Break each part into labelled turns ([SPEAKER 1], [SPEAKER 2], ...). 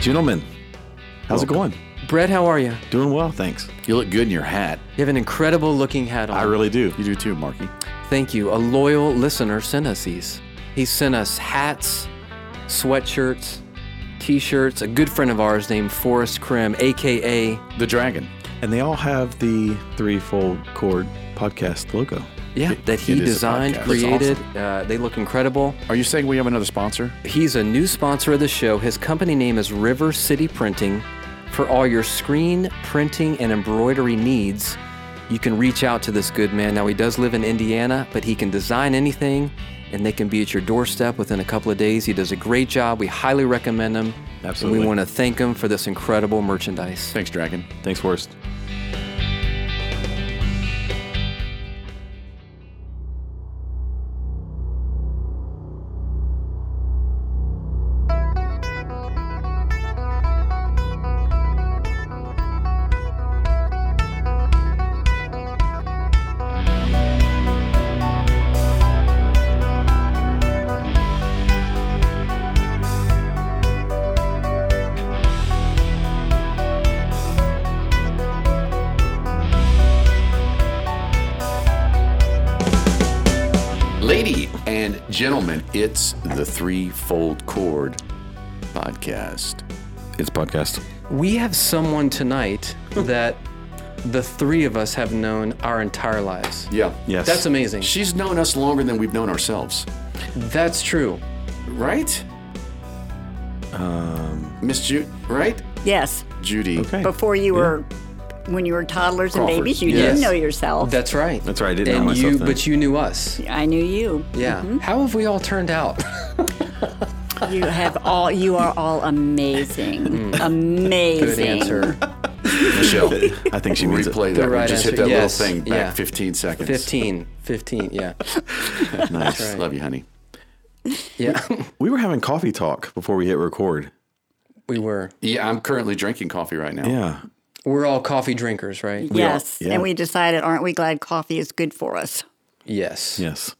[SPEAKER 1] Gentlemen, how's it going?
[SPEAKER 2] Brett, how are you?
[SPEAKER 1] Doing well, thanks. You look good in your hat.
[SPEAKER 2] You have an incredible looking hat on.
[SPEAKER 1] I really do. You do too, Marky.
[SPEAKER 2] Thank you. A loyal listener sent us these. He sent us hats, sweatshirts, t shirts. A good friend of ours named Forrest Krim, AKA,
[SPEAKER 3] The dragon.
[SPEAKER 1] And they all have the threefold chord podcast logo.
[SPEAKER 2] yeah, that he
[SPEAKER 3] it is a
[SPEAKER 2] designed,
[SPEAKER 3] podcast. That's
[SPEAKER 2] created. Uh, they look incredible.
[SPEAKER 3] Are you saying we have another sponsor?
[SPEAKER 2] He's a new sponsor of the show. His company name is River City Printing. For all your screen printing and embroidery needs, you can reach out to this good man. Now, he does live in Indiana, but he can design anything and they can be at your doorstep within a couple of days. He does a great job. We highly recommend him. And
[SPEAKER 1] Absolutely.
[SPEAKER 2] we want to thank him for this incredible merchandise.
[SPEAKER 3] Thanks, dragon.
[SPEAKER 1] Thanks, Worst.
[SPEAKER 3] Lady and gentlemen, it's the Threefold Chord podcast.
[SPEAKER 1] It's podcast.
[SPEAKER 2] We have someone tonight that the three of us have known our entire lives.
[SPEAKER 3] Yeah.
[SPEAKER 1] Yes.
[SPEAKER 2] That's amazing.
[SPEAKER 3] She's known us longer than we've known ourselves,
[SPEAKER 2] That's true.
[SPEAKER 3] right? Um, Miss Jude, right?
[SPEAKER 4] Yes.
[SPEAKER 3] Judy.
[SPEAKER 1] Okay.
[SPEAKER 4] Before you were, when you were toddlers and
[SPEAKER 3] Crawford.
[SPEAKER 4] babies, you
[SPEAKER 2] Yes.
[SPEAKER 4] didn't know yourself.
[SPEAKER 2] Oh, That's right.
[SPEAKER 1] That's right, I didn't know
[SPEAKER 2] and
[SPEAKER 1] myself
[SPEAKER 2] you,
[SPEAKER 1] then.
[SPEAKER 2] But you knew us.
[SPEAKER 4] I knew you.
[SPEAKER 2] Yeah.
[SPEAKER 4] Mm-hmm.
[SPEAKER 2] How have we all turned out?
[SPEAKER 4] You have all. You are all amazing. amazing.
[SPEAKER 2] Good Hmm. answer.
[SPEAKER 3] Michelle.
[SPEAKER 1] I think she means it.
[SPEAKER 3] Replay that.
[SPEAKER 2] right
[SPEAKER 3] Just hit
[SPEAKER 2] answer,
[SPEAKER 3] that
[SPEAKER 2] yes,
[SPEAKER 3] little thing back
[SPEAKER 2] yeah.
[SPEAKER 3] 15 seconds.
[SPEAKER 2] 15. 15. Yeah.
[SPEAKER 3] Nice. Love you, honey.
[SPEAKER 2] Yeah.
[SPEAKER 1] We were having coffee talk before we hit record.
[SPEAKER 2] we were.
[SPEAKER 3] Yeah, I'm currently drinking coffee right now.
[SPEAKER 1] Yeah.
[SPEAKER 2] We're all coffee drinkers, right?
[SPEAKER 4] Yes.
[SPEAKER 1] yeah.
[SPEAKER 4] And we decided, aren't we glad coffee is good for us?
[SPEAKER 2] Yes.
[SPEAKER 1] Yes.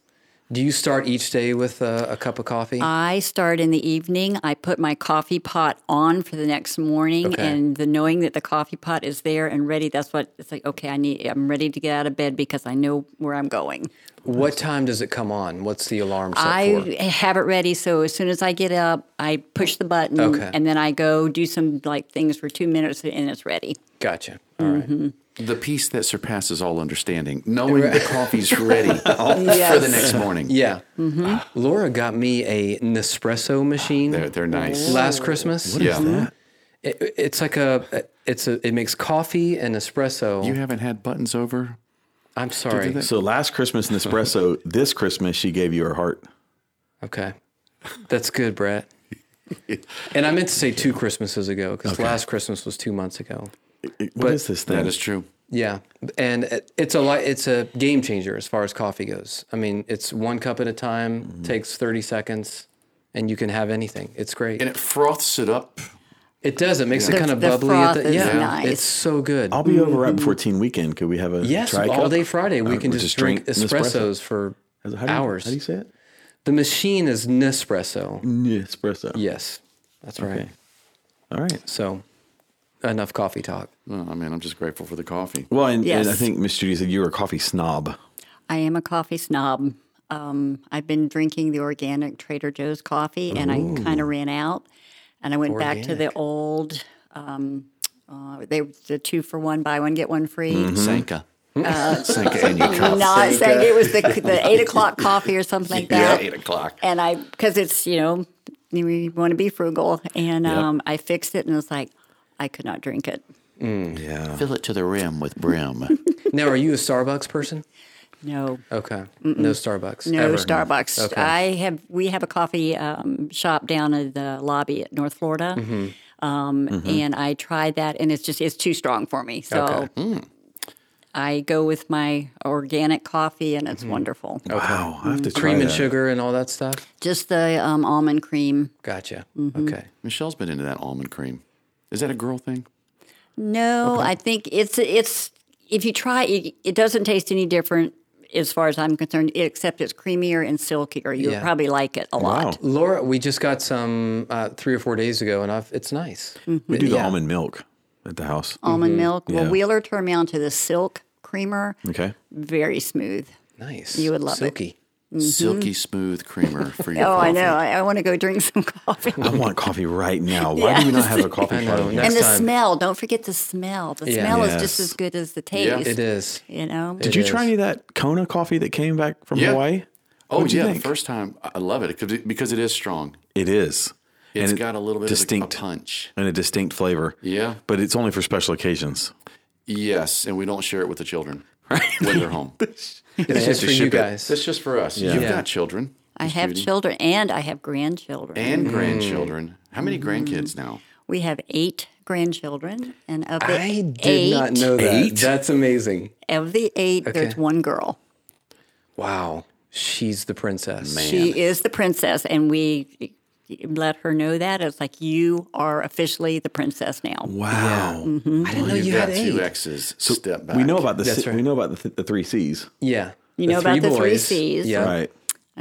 [SPEAKER 2] Do you start each day with uh, a cup of coffee?
[SPEAKER 4] I start in the evening. I put my coffee pot on for the next morning,
[SPEAKER 2] Okay.
[SPEAKER 4] and the knowing that the coffee pot is there and ready. That's what it's like. Okay, I need. I'm ready to get out of bed because I know where I'm going.
[SPEAKER 2] what time does it come on? What's the alarm set for?
[SPEAKER 4] I have it ready. So as soon as I get up, I push the button
[SPEAKER 2] Okay.
[SPEAKER 4] and then I go do some like things for two minutes and it's ready.
[SPEAKER 2] Gotcha. All right.
[SPEAKER 4] Mm-hmm.
[SPEAKER 3] The peace that surpasses all understanding, knowing the coffee's ready for the next morning.
[SPEAKER 2] Oh, Yeah.
[SPEAKER 4] Mm-hmm.
[SPEAKER 2] Laura got me a Nespresso machine
[SPEAKER 3] They're, they're nice.
[SPEAKER 2] last Christmas.
[SPEAKER 3] yeah.
[SPEAKER 2] It, it's like a, it's a, it makes coffee and espresso.
[SPEAKER 3] You haven't had buttons over?
[SPEAKER 2] I'm sorry.
[SPEAKER 1] So last Christmas, Nespresso, this Christmas, she gave you her heart.
[SPEAKER 2] Okay. That's good, Brett. and I meant to say two Christmases ago because last Christmas was two months ago.
[SPEAKER 1] What is this thing?
[SPEAKER 3] That is true.
[SPEAKER 2] Yeah. And it- it's a li- it's a game changer as far as coffee goes. I mean, it's one cup at a time,
[SPEAKER 1] Mm-hmm.
[SPEAKER 2] takes 30 seconds, and you can have anything. It's great.
[SPEAKER 3] And it froths it up.
[SPEAKER 2] it does. It makes it
[SPEAKER 4] The-
[SPEAKER 2] kind of
[SPEAKER 4] the
[SPEAKER 2] bubbly. At
[SPEAKER 4] froth
[SPEAKER 2] the,
[SPEAKER 4] is
[SPEAKER 2] yeah.
[SPEAKER 4] nice.
[SPEAKER 2] It's so good.
[SPEAKER 1] I'll be over right before teen weekend. Could we have a
[SPEAKER 2] yes.
[SPEAKER 1] try
[SPEAKER 2] All
[SPEAKER 1] cup?
[SPEAKER 2] day Friday, we
[SPEAKER 1] Uh,
[SPEAKER 2] can
[SPEAKER 1] we
[SPEAKER 2] just,
[SPEAKER 1] just
[SPEAKER 2] drink,
[SPEAKER 1] drink Nespresso.
[SPEAKER 2] espressos for
[SPEAKER 1] How do you-
[SPEAKER 2] hours.
[SPEAKER 1] How do you say it?
[SPEAKER 2] the machine is Nespresso.
[SPEAKER 1] Mm. Nespresso.
[SPEAKER 2] Yes. That's right.
[SPEAKER 1] All right.
[SPEAKER 2] So enough coffee talk.
[SPEAKER 3] Oh, I mean, I'm just grateful for the coffee.
[SPEAKER 1] Well, and,
[SPEAKER 4] Yes.
[SPEAKER 1] and I think Miss Judy said you were a coffee snob.
[SPEAKER 4] I am a coffee snob. Um, I've been drinking the organic Trader Joe's coffee and I kind of ran out and I went back to the old, um, uh, they, the two for one, buy one, get one free.
[SPEAKER 3] Sanka. Sanka and your Mm-hmm. coffee.
[SPEAKER 4] Not saying it was the, the eight o'clock coffee or something like
[SPEAKER 3] Yeah,
[SPEAKER 4] that.
[SPEAKER 3] 8 o'clock.
[SPEAKER 4] and I because it's you know you- you want to be frugal, and um, I fixed it, and it's like I could not drink it.
[SPEAKER 1] Yeah.
[SPEAKER 3] Fill it to the rim with brim.
[SPEAKER 2] Now, are you a Starbucks person?
[SPEAKER 4] No,
[SPEAKER 2] Okay. No Starbucks.
[SPEAKER 4] no
[SPEAKER 2] ever.
[SPEAKER 4] Starbucks.
[SPEAKER 2] Okay.
[SPEAKER 4] I have we have a coffee um, shop down in the lobby at North Florida,
[SPEAKER 2] Mm-hmm.
[SPEAKER 4] Um, and I tried that, and it's just it's too strong for me. So.
[SPEAKER 2] Okay. Hmm.
[SPEAKER 4] I go with my organic coffee and
[SPEAKER 2] Mm-hmm.
[SPEAKER 4] it's wonderful.
[SPEAKER 1] Wow. I have
[SPEAKER 3] Mm-hmm.
[SPEAKER 1] to try
[SPEAKER 2] Cream and
[SPEAKER 1] that.
[SPEAKER 2] sugar and all that stuff.
[SPEAKER 4] Just the um, almond cream.
[SPEAKER 2] Gotcha.
[SPEAKER 4] Mm-hmm.
[SPEAKER 2] Okay.
[SPEAKER 3] Michelle's been into that almond cream. Is that a girl thing?
[SPEAKER 4] No, I think it's it's if you try it, it doesn't taste any different. as far as I'm concerned, except it's creamier and silkier. You'll
[SPEAKER 2] Yeah. Mm-hmm.
[SPEAKER 4] probably like it a lot.
[SPEAKER 2] Laura, we just got some uh, three or four days ago, and I've, it's nice.
[SPEAKER 4] Mm-hmm.
[SPEAKER 1] We do the almond milk at the house.
[SPEAKER 4] Almond milk.
[SPEAKER 1] Yeah.
[SPEAKER 4] Well, Wheeler turned me on to the silk creamer.
[SPEAKER 1] Okay.
[SPEAKER 4] Very smooth.
[SPEAKER 2] Nice.
[SPEAKER 4] You would love it.
[SPEAKER 2] Silky.
[SPEAKER 3] Silky smooth creamer for your
[SPEAKER 4] Oh,
[SPEAKER 3] coffee.
[SPEAKER 4] I know. I, I want to go drink some coffee.
[SPEAKER 1] I
[SPEAKER 3] Mm-hmm.
[SPEAKER 1] want coffee right now. Why do we not have a coffee
[SPEAKER 2] know,
[SPEAKER 1] party?
[SPEAKER 2] no.
[SPEAKER 4] and the
[SPEAKER 2] time.
[SPEAKER 4] smell. Don't forget the smell. The
[SPEAKER 2] Yeah.
[SPEAKER 4] smell is just
[SPEAKER 1] Yes.
[SPEAKER 4] as good as the taste.
[SPEAKER 2] It is.
[SPEAKER 4] You know.
[SPEAKER 1] Did you try any of that Kona coffee that came back from
[SPEAKER 3] Yeah.
[SPEAKER 1] Hawaii?
[SPEAKER 3] Oh,
[SPEAKER 1] What'd you
[SPEAKER 3] yeah. The
[SPEAKER 1] think?
[SPEAKER 3] first time, I love it 'cause it- because it is strong.
[SPEAKER 1] It is.
[SPEAKER 3] It's
[SPEAKER 1] And it-
[SPEAKER 3] got a little bit
[SPEAKER 1] distinct
[SPEAKER 3] of a- a punch.
[SPEAKER 1] and a distinct flavor.
[SPEAKER 3] Yeah.
[SPEAKER 1] But it's only for special occasions.
[SPEAKER 3] Yes, and we don't share it with the children when they're home.
[SPEAKER 2] It's just
[SPEAKER 1] to
[SPEAKER 2] for you
[SPEAKER 1] ship it.
[SPEAKER 2] guys.
[SPEAKER 3] That's just for us. You've
[SPEAKER 2] Yeah.
[SPEAKER 3] got children
[SPEAKER 4] I have children and I have grandchildren.
[SPEAKER 3] and grandchildren. How many grandkids now?
[SPEAKER 4] we have eight grandchildren, and of the
[SPEAKER 2] I did
[SPEAKER 4] eight,
[SPEAKER 2] not know that.
[SPEAKER 1] Eight?
[SPEAKER 2] That's amazing.
[SPEAKER 4] of the eight, there's
[SPEAKER 2] Okay.
[SPEAKER 4] one girl.
[SPEAKER 2] Wow. She's the princess.
[SPEAKER 4] She is the princess, and we let her know that. It's like you are officially the princess now.
[SPEAKER 1] Wow.
[SPEAKER 2] I didn't know
[SPEAKER 3] You've
[SPEAKER 2] Oh, you
[SPEAKER 3] got
[SPEAKER 2] had
[SPEAKER 3] two
[SPEAKER 2] eight.
[SPEAKER 3] X's. Step back.
[SPEAKER 1] We know about the
[SPEAKER 2] That's
[SPEAKER 1] si-
[SPEAKER 2] right.
[SPEAKER 1] we know about the, th- the three C's.
[SPEAKER 2] Yeah.
[SPEAKER 4] You know about the three
[SPEAKER 2] boys.
[SPEAKER 4] C's.
[SPEAKER 3] Oh.
[SPEAKER 2] Yeah.
[SPEAKER 1] Right.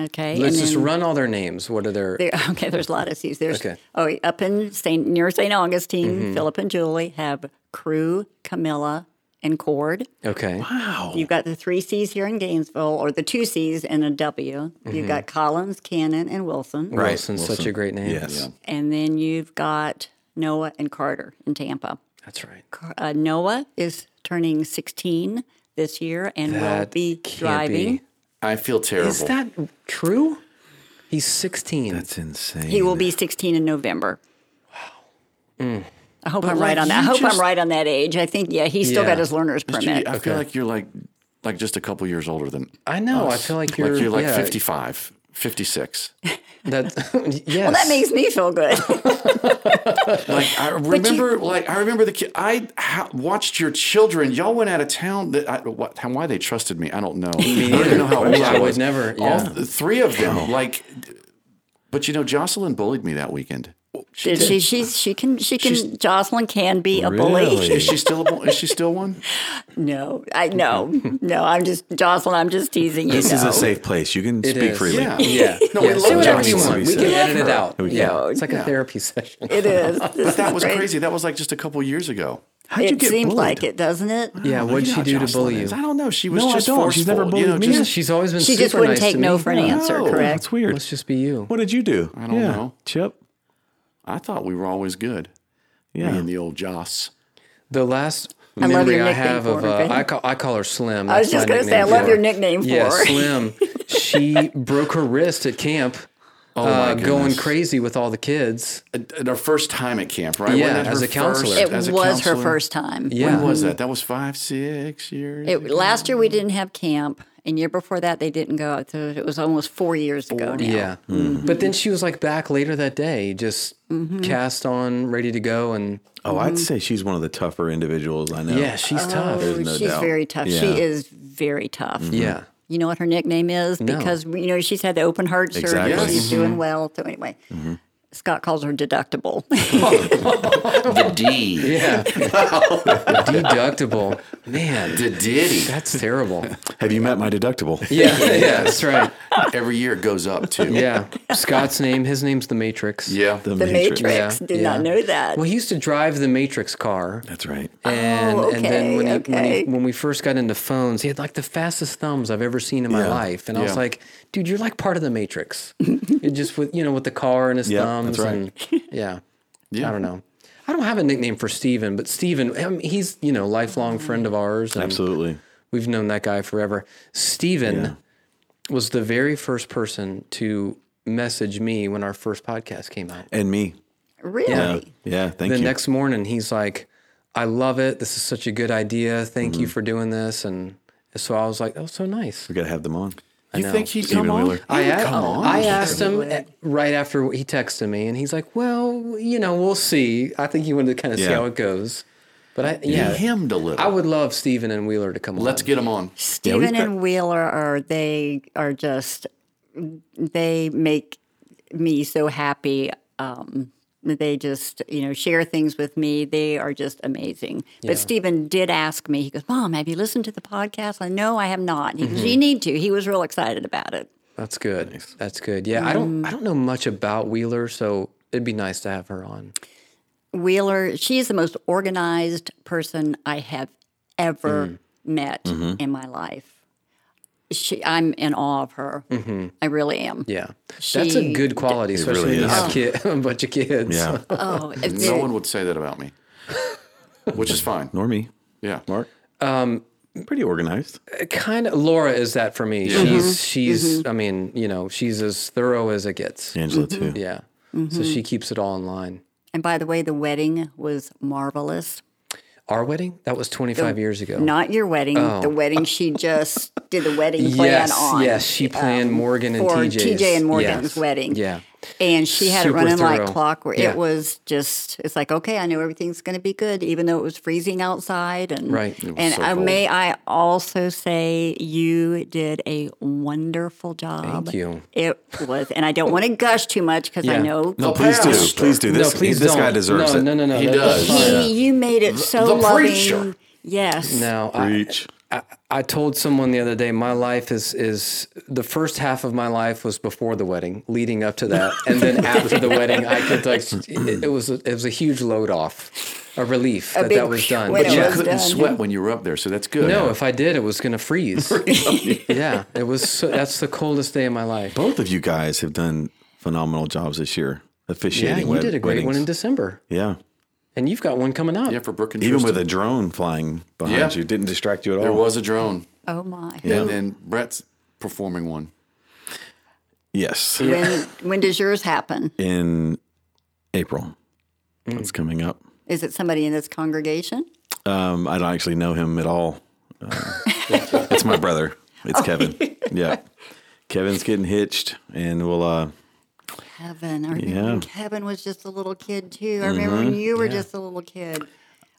[SPEAKER 4] Okay,
[SPEAKER 2] Let's
[SPEAKER 4] and
[SPEAKER 2] just
[SPEAKER 4] then-
[SPEAKER 2] run all their names. What are their?
[SPEAKER 4] There, okay, there's a lot of C's. There's
[SPEAKER 2] Okay.
[SPEAKER 4] oh, up in Saint near Saint Augustine,
[SPEAKER 1] Mm-hmm.
[SPEAKER 4] Philip and Julie have Crew, Camilla, and Cord.
[SPEAKER 2] okay.
[SPEAKER 1] Wow.
[SPEAKER 4] You've got the three C's here in Gainesville, or the two C's and a W. You've got Collins, Cannon, and Wilson,
[SPEAKER 1] Mm-hmm. Right.
[SPEAKER 2] Wilson's such
[SPEAKER 1] Wilson.
[SPEAKER 2] a great name.
[SPEAKER 1] Yes.
[SPEAKER 4] and then you've got Noah and Carter in Tampa.
[SPEAKER 2] That's right.
[SPEAKER 4] Car- Uh, Noah is turning 16 this year and will
[SPEAKER 2] That
[SPEAKER 4] be
[SPEAKER 2] can't
[SPEAKER 4] driving.
[SPEAKER 2] be.
[SPEAKER 3] I feel terrible.
[SPEAKER 2] Is that true? He's 16.
[SPEAKER 1] That's insane.
[SPEAKER 4] He will be 16 in November. I hope I'm
[SPEAKER 3] like,
[SPEAKER 4] right on that. I
[SPEAKER 3] you
[SPEAKER 4] hope
[SPEAKER 3] just-
[SPEAKER 4] I'm right on that age. I think, yeah, he's still
[SPEAKER 2] Yeah.
[SPEAKER 4] got his learner's permit.
[SPEAKER 3] Gee, I feel like you're like like just a couple years older than
[SPEAKER 2] I know. I feel like you're
[SPEAKER 3] like you're like
[SPEAKER 2] yeah,
[SPEAKER 3] 55, 56.
[SPEAKER 2] That, yes.
[SPEAKER 4] Well, that makes me feel good.
[SPEAKER 3] Like I remember, like I remember the kid. I ha- watched your children. Y'all went out of town. That I, what, how, why they trusted me, I don't know. I don't even know how old
[SPEAKER 2] I
[SPEAKER 3] I
[SPEAKER 2] would
[SPEAKER 3] was.
[SPEAKER 2] never-
[SPEAKER 3] All
[SPEAKER 2] yeah.
[SPEAKER 3] th- three of them. Like, but you know, Jocelyn bullied me that weekend.
[SPEAKER 4] she, she, she's- she can, she can, Jocelyn can be a bully.
[SPEAKER 1] Really?
[SPEAKER 3] Is she still? A, bu- is she still one?
[SPEAKER 4] No, I no, no. I'm just Jocelyn. I'm just teasing you.
[SPEAKER 1] This is
[SPEAKER 4] no.
[SPEAKER 1] a safe place. You can speak
[SPEAKER 2] is.
[SPEAKER 1] freely.
[SPEAKER 3] Yeah.
[SPEAKER 2] Yeah.
[SPEAKER 3] No, we
[SPEAKER 2] Yeah,
[SPEAKER 3] love
[SPEAKER 2] say whatever
[SPEAKER 1] Johnny
[SPEAKER 2] you want. We can
[SPEAKER 1] Simpson.
[SPEAKER 2] edit it out. Yeah.
[SPEAKER 4] can.
[SPEAKER 2] It's like a therapy session.
[SPEAKER 4] it is. This
[SPEAKER 3] That
[SPEAKER 4] is
[SPEAKER 3] was
[SPEAKER 4] great.
[SPEAKER 3] crazy. That was like just a couple years ago.
[SPEAKER 1] How'd
[SPEAKER 4] it
[SPEAKER 1] you get
[SPEAKER 4] seems
[SPEAKER 1] bullied?
[SPEAKER 4] like it, doesn't it?
[SPEAKER 2] Yeah.
[SPEAKER 3] You
[SPEAKER 2] What'd
[SPEAKER 3] know
[SPEAKER 2] she
[SPEAKER 3] how
[SPEAKER 2] do to
[SPEAKER 3] Jocelyn
[SPEAKER 2] bully
[SPEAKER 3] is. I
[SPEAKER 2] you?
[SPEAKER 3] don't know. She was
[SPEAKER 1] No, I
[SPEAKER 3] just
[SPEAKER 1] don't. She's never
[SPEAKER 3] forceful, you know,
[SPEAKER 1] bullied me.
[SPEAKER 3] just-
[SPEAKER 1] Yeah.
[SPEAKER 2] She's always been
[SPEAKER 4] She just
[SPEAKER 2] super
[SPEAKER 4] wouldn't
[SPEAKER 2] nice
[SPEAKER 4] take
[SPEAKER 2] to
[SPEAKER 4] no
[SPEAKER 2] me.
[SPEAKER 4] for an answer.
[SPEAKER 3] No.
[SPEAKER 4] Correct.
[SPEAKER 1] Oh, That's weird.
[SPEAKER 2] Let's just be you.
[SPEAKER 1] What did you do? I
[SPEAKER 3] don't know.
[SPEAKER 1] Chip.
[SPEAKER 3] I thought we were always good.
[SPEAKER 1] Yeah.
[SPEAKER 3] Me and the old Joss.
[SPEAKER 2] The last
[SPEAKER 4] love your
[SPEAKER 2] memory I
[SPEAKER 4] nickname
[SPEAKER 2] have of
[SPEAKER 4] for her,
[SPEAKER 2] uh,
[SPEAKER 4] Ben.
[SPEAKER 2] I call I call her Slim.
[SPEAKER 4] I was
[SPEAKER 2] That's
[SPEAKER 4] just
[SPEAKER 2] my
[SPEAKER 4] gonna say, I
[SPEAKER 2] nickname
[SPEAKER 4] love
[SPEAKER 2] for
[SPEAKER 4] your
[SPEAKER 2] her.
[SPEAKER 4] nickname for
[SPEAKER 2] Yeah,
[SPEAKER 4] her.
[SPEAKER 2] Slim. She broke her wrist at camp. uh, going
[SPEAKER 3] goodness.
[SPEAKER 2] crazy with all the kids.
[SPEAKER 3] At our first time at camp, right?
[SPEAKER 2] Yeah,
[SPEAKER 3] Wasn't that
[SPEAKER 2] as
[SPEAKER 3] her
[SPEAKER 2] a counselor.
[SPEAKER 3] first-
[SPEAKER 4] It
[SPEAKER 3] as
[SPEAKER 4] was
[SPEAKER 3] a
[SPEAKER 4] her
[SPEAKER 3] counselor?
[SPEAKER 4] first time.
[SPEAKER 2] Yeah.
[SPEAKER 3] When was that? That was five, six years.
[SPEAKER 4] It, last year we didn't have camp, and year before that they didn't go. So it was almost four years ago now.
[SPEAKER 2] Yeah. But then she was like back later that day, just
[SPEAKER 4] Mm-hmm.
[SPEAKER 2] cast on, ready to go. And
[SPEAKER 1] Oh, I'd say she's one of the tougher individuals I know.
[SPEAKER 2] yeah, she's tough.
[SPEAKER 4] Oh,
[SPEAKER 1] no
[SPEAKER 4] she's
[SPEAKER 1] doubt.
[SPEAKER 4] very tough.
[SPEAKER 1] Yeah.
[SPEAKER 4] She is very tough.
[SPEAKER 2] Yeah.
[SPEAKER 4] You know what her nickname is because you know she's had the open heart surgery.
[SPEAKER 1] Exactly.
[SPEAKER 4] She's doing well. So anyway, Scott calls her deductible.
[SPEAKER 3] the D.
[SPEAKER 2] Yeah. Deductible. Man,
[SPEAKER 3] The Diddy.
[SPEAKER 2] that's terrible.
[SPEAKER 1] Have you met my deductible?
[SPEAKER 2] Yeah. Yeah. That's right.
[SPEAKER 3] Every year it goes up too.
[SPEAKER 2] Yeah. Scott's name, his name's The Matrix.
[SPEAKER 3] Yeah.
[SPEAKER 4] the Matrix,
[SPEAKER 2] Yeah,
[SPEAKER 4] did not
[SPEAKER 2] yeah.
[SPEAKER 4] know that.
[SPEAKER 2] Well, he used to drive the Matrix car.
[SPEAKER 1] That's right.
[SPEAKER 2] And, and then
[SPEAKER 4] Oh, okay,
[SPEAKER 2] when, he, when, he,
[SPEAKER 4] okay.
[SPEAKER 2] when we first got into phones, he had like the fastest thumbs I've ever seen in my
[SPEAKER 1] Yeah.
[SPEAKER 2] life. And I was
[SPEAKER 3] Yeah.
[SPEAKER 2] like, dude, you're like part of the matrix. It just with, you know, with the car and his
[SPEAKER 1] Yeah,
[SPEAKER 2] thumbs.
[SPEAKER 1] that's right.
[SPEAKER 2] And, yeah. I don't know. I don't have a nickname for Steven, but Steven, um, he's, you know,
[SPEAKER 4] Mm-hmm.
[SPEAKER 2] lifelong friend of ours. And
[SPEAKER 1] Absolutely.
[SPEAKER 2] We've known that guy forever. Steven was the very first person to message me when our first podcast came out.
[SPEAKER 1] And me.
[SPEAKER 4] really?
[SPEAKER 1] Yeah. Yeah. Thank
[SPEAKER 2] The
[SPEAKER 1] you.
[SPEAKER 2] next morning, he's like, I love it. This is such a good idea. Thank
[SPEAKER 3] Mm-hmm.
[SPEAKER 2] you for doing this. And so I was like, oh, so nice.
[SPEAKER 1] we got to have them on.
[SPEAKER 3] You think he'd
[SPEAKER 1] Stephen
[SPEAKER 3] come on?
[SPEAKER 1] Wheeler.
[SPEAKER 2] I, a-
[SPEAKER 3] come on.
[SPEAKER 2] I asked him a- right after he texted me, and he's like, well, you know, we'll see. I think he wanted to kind of see
[SPEAKER 1] Yeah.
[SPEAKER 2] how it goes. But I,
[SPEAKER 3] Yeah.
[SPEAKER 2] yeah,
[SPEAKER 3] Hemmed a little.
[SPEAKER 2] I would love Steven and Wheeler to come on.
[SPEAKER 3] Let's get him on.
[SPEAKER 4] Stephen and Wheeler are they are just they make me so happy. Um, They just, you know, share things with me. They are just amazing. But Stephen did ask me, he goes, Mom, have you listened to the podcast? I know I have not. He goes, You need to. He was real excited about it.
[SPEAKER 2] That's good. That's good. Yeah, I don't I don't know much about Wheeler, so it'd be nice to have her on.
[SPEAKER 4] Wheeler, she is the most organized person I have ever met in my life. She, I'm in awe of her. I really am.
[SPEAKER 2] Yeah, that's a
[SPEAKER 4] She-
[SPEAKER 2] good quality, especially when
[SPEAKER 3] really
[SPEAKER 2] you
[SPEAKER 3] is.
[SPEAKER 2] have kid, a bunch of kids.
[SPEAKER 1] Yeah.
[SPEAKER 4] Oh, it's
[SPEAKER 3] No one would say that about me, which is fine.
[SPEAKER 1] Nor me.
[SPEAKER 3] Yeah.
[SPEAKER 1] Mark. Um, Pretty organized.
[SPEAKER 2] kind of. Laura is that for me.
[SPEAKER 4] Mm-hmm.
[SPEAKER 2] She's she's. I mean, you know, she's as thorough as it gets. Mm-hmm. Yeah.
[SPEAKER 1] Angela, too.
[SPEAKER 4] Mm-hmm.
[SPEAKER 2] So she keeps it all in line.
[SPEAKER 4] And by the way, the wedding was marvelous.
[SPEAKER 2] Our wedding that was 25 years ago.
[SPEAKER 4] Not your wedding, the wedding she just did the wedding plan
[SPEAKER 2] Oh. yes,
[SPEAKER 4] on. um,
[SPEAKER 2] yes, she planned Morgan and
[SPEAKER 4] for
[SPEAKER 2] TJ's.
[SPEAKER 4] TJ and Morgan's
[SPEAKER 2] Yes.
[SPEAKER 4] wedding.
[SPEAKER 2] Yeah.
[SPEAKER 4] And she had
[SPEAKER 2] Super
[SPEAKER 4] it running like
[SPEAKER 2] thorough.
[SPEAKER 4] clockwork.
[SPEAKER 2] Yeah.
[SPEAKER 4] It was just, it's like, okay, I know everything's going to be good, even though it was freezing outside. And,
[SPEAKER 2] Right. It was
[SPEAKER 4] and
[SPEAKER 3] so
[SPEAKER 4] I,
[SPEAKER 3] cold.
[SPEAKER 4] may I also say you did a wonderful job.
[SPEAKER 2] Thank you.
[SPEAKER 4] It was, and I don't want to gush too much because I
[SPEAKER 2] Yeah.
[SPEAKER 4] know
[SPEAKER 1] No, please do.
[SPEAKER 3] pastor.
[SPEAKER 1] Please do. This,
[SPEAKER 2] no, please
[SPEAKER 1] this
[SPEAKER 2] don't.
[SPEAKER 1] guy deserves
[SPEAKER 2] no,
[SPEAKER 1] it.
[SPEAKER 2] No, no, no.
[SPEAKER 3] He
[SPEAKER 2] that-
[SPEAKER 3] does.
[SPEAKER 2] that's fine.
[SPEAKER 4] he, you made it so
[SPEAKER 3] the
[SPEAKER 4] loving.
[SPEAKER 3] preacher.
[SPEAKER 4] Yes.
[SPEAKER 2] Now, I,
[SPEAKER 1] Preach.
[SPEAKER 2] I, I told someone the other day, my life is is the first half of my life was before the wedding, leading up to that, and then after the wedding, I could like it, it was a, it was a huge load off, a relief that
[SPEAKER 4] big
[SPEAKER 2] that was done.
[SPEAKER 4] when
[SPEAKER 2] But
[SPEAKER 4] it
[SPEAKER 3] You
[SPEAKER 2] yeah,
[SPEAKER 4] was
[SPEAKER 3] couldn't
[SPEAKER 4] done.
[SPEAKER 3] sweat when you were up there, so that's good.
[SPEAKER 2] no, if I did, it was gonna freeze. yeah, it was. So, that's the coldest day of my life.
[SPEAKER 1] Both of you guys have done phenomenal jobs this year
[SPEAKER 2] Yeah,
[SPEAKER 1] officiating
[SPEAKER 2] you
[SPEAKER 1] wed-
[SPEAKER 2] did a great one in
[SPEAKER 1] weddings.
[SPEAKER 2] December,
[SPEAKER 1] yeah.
[SPEAKER 2] and you've got one coming up.
[SPEAKER 3] Yeah, for Brooke and
[SPEAKER 1] Even
[SPEAKER 3] Tristan.
[SPEAKER 1] with a drone flying behind
[SPEAKER 3] Yeah.
[SPEAKER 1] you, didn't distract you at all.
[SPEAKER 3] there was a drone,
[SPEAKER 4] Oh, my.
[SPEAKER 3] and then Brett's performing one.
[SPEAKER 1] Yes.
[SPEAKER 4] When, when does yours happen?
[SPEAKER 1] In April.
[SPEAKER 2] Mm.
[SPEAKER 1] That's coming up.
[SPEAKER 4] Is it somebody in this congregation?
[SPEAKER 1] Um, I don't actually know him at all. Uh, it's my brother.
[SPEAKER 2] Oh,
[SPEAKER 1] It's Kevin. Yeah. Kevin's getting hitched, and we'll. Uh,
[SPEAKER 4] Kevin. I remember when
[SPEAKER 1] Yeah. Mm-hmm.
[SPEAKER 4] Kevin was just a little kid too. I remember when you were just a little kid.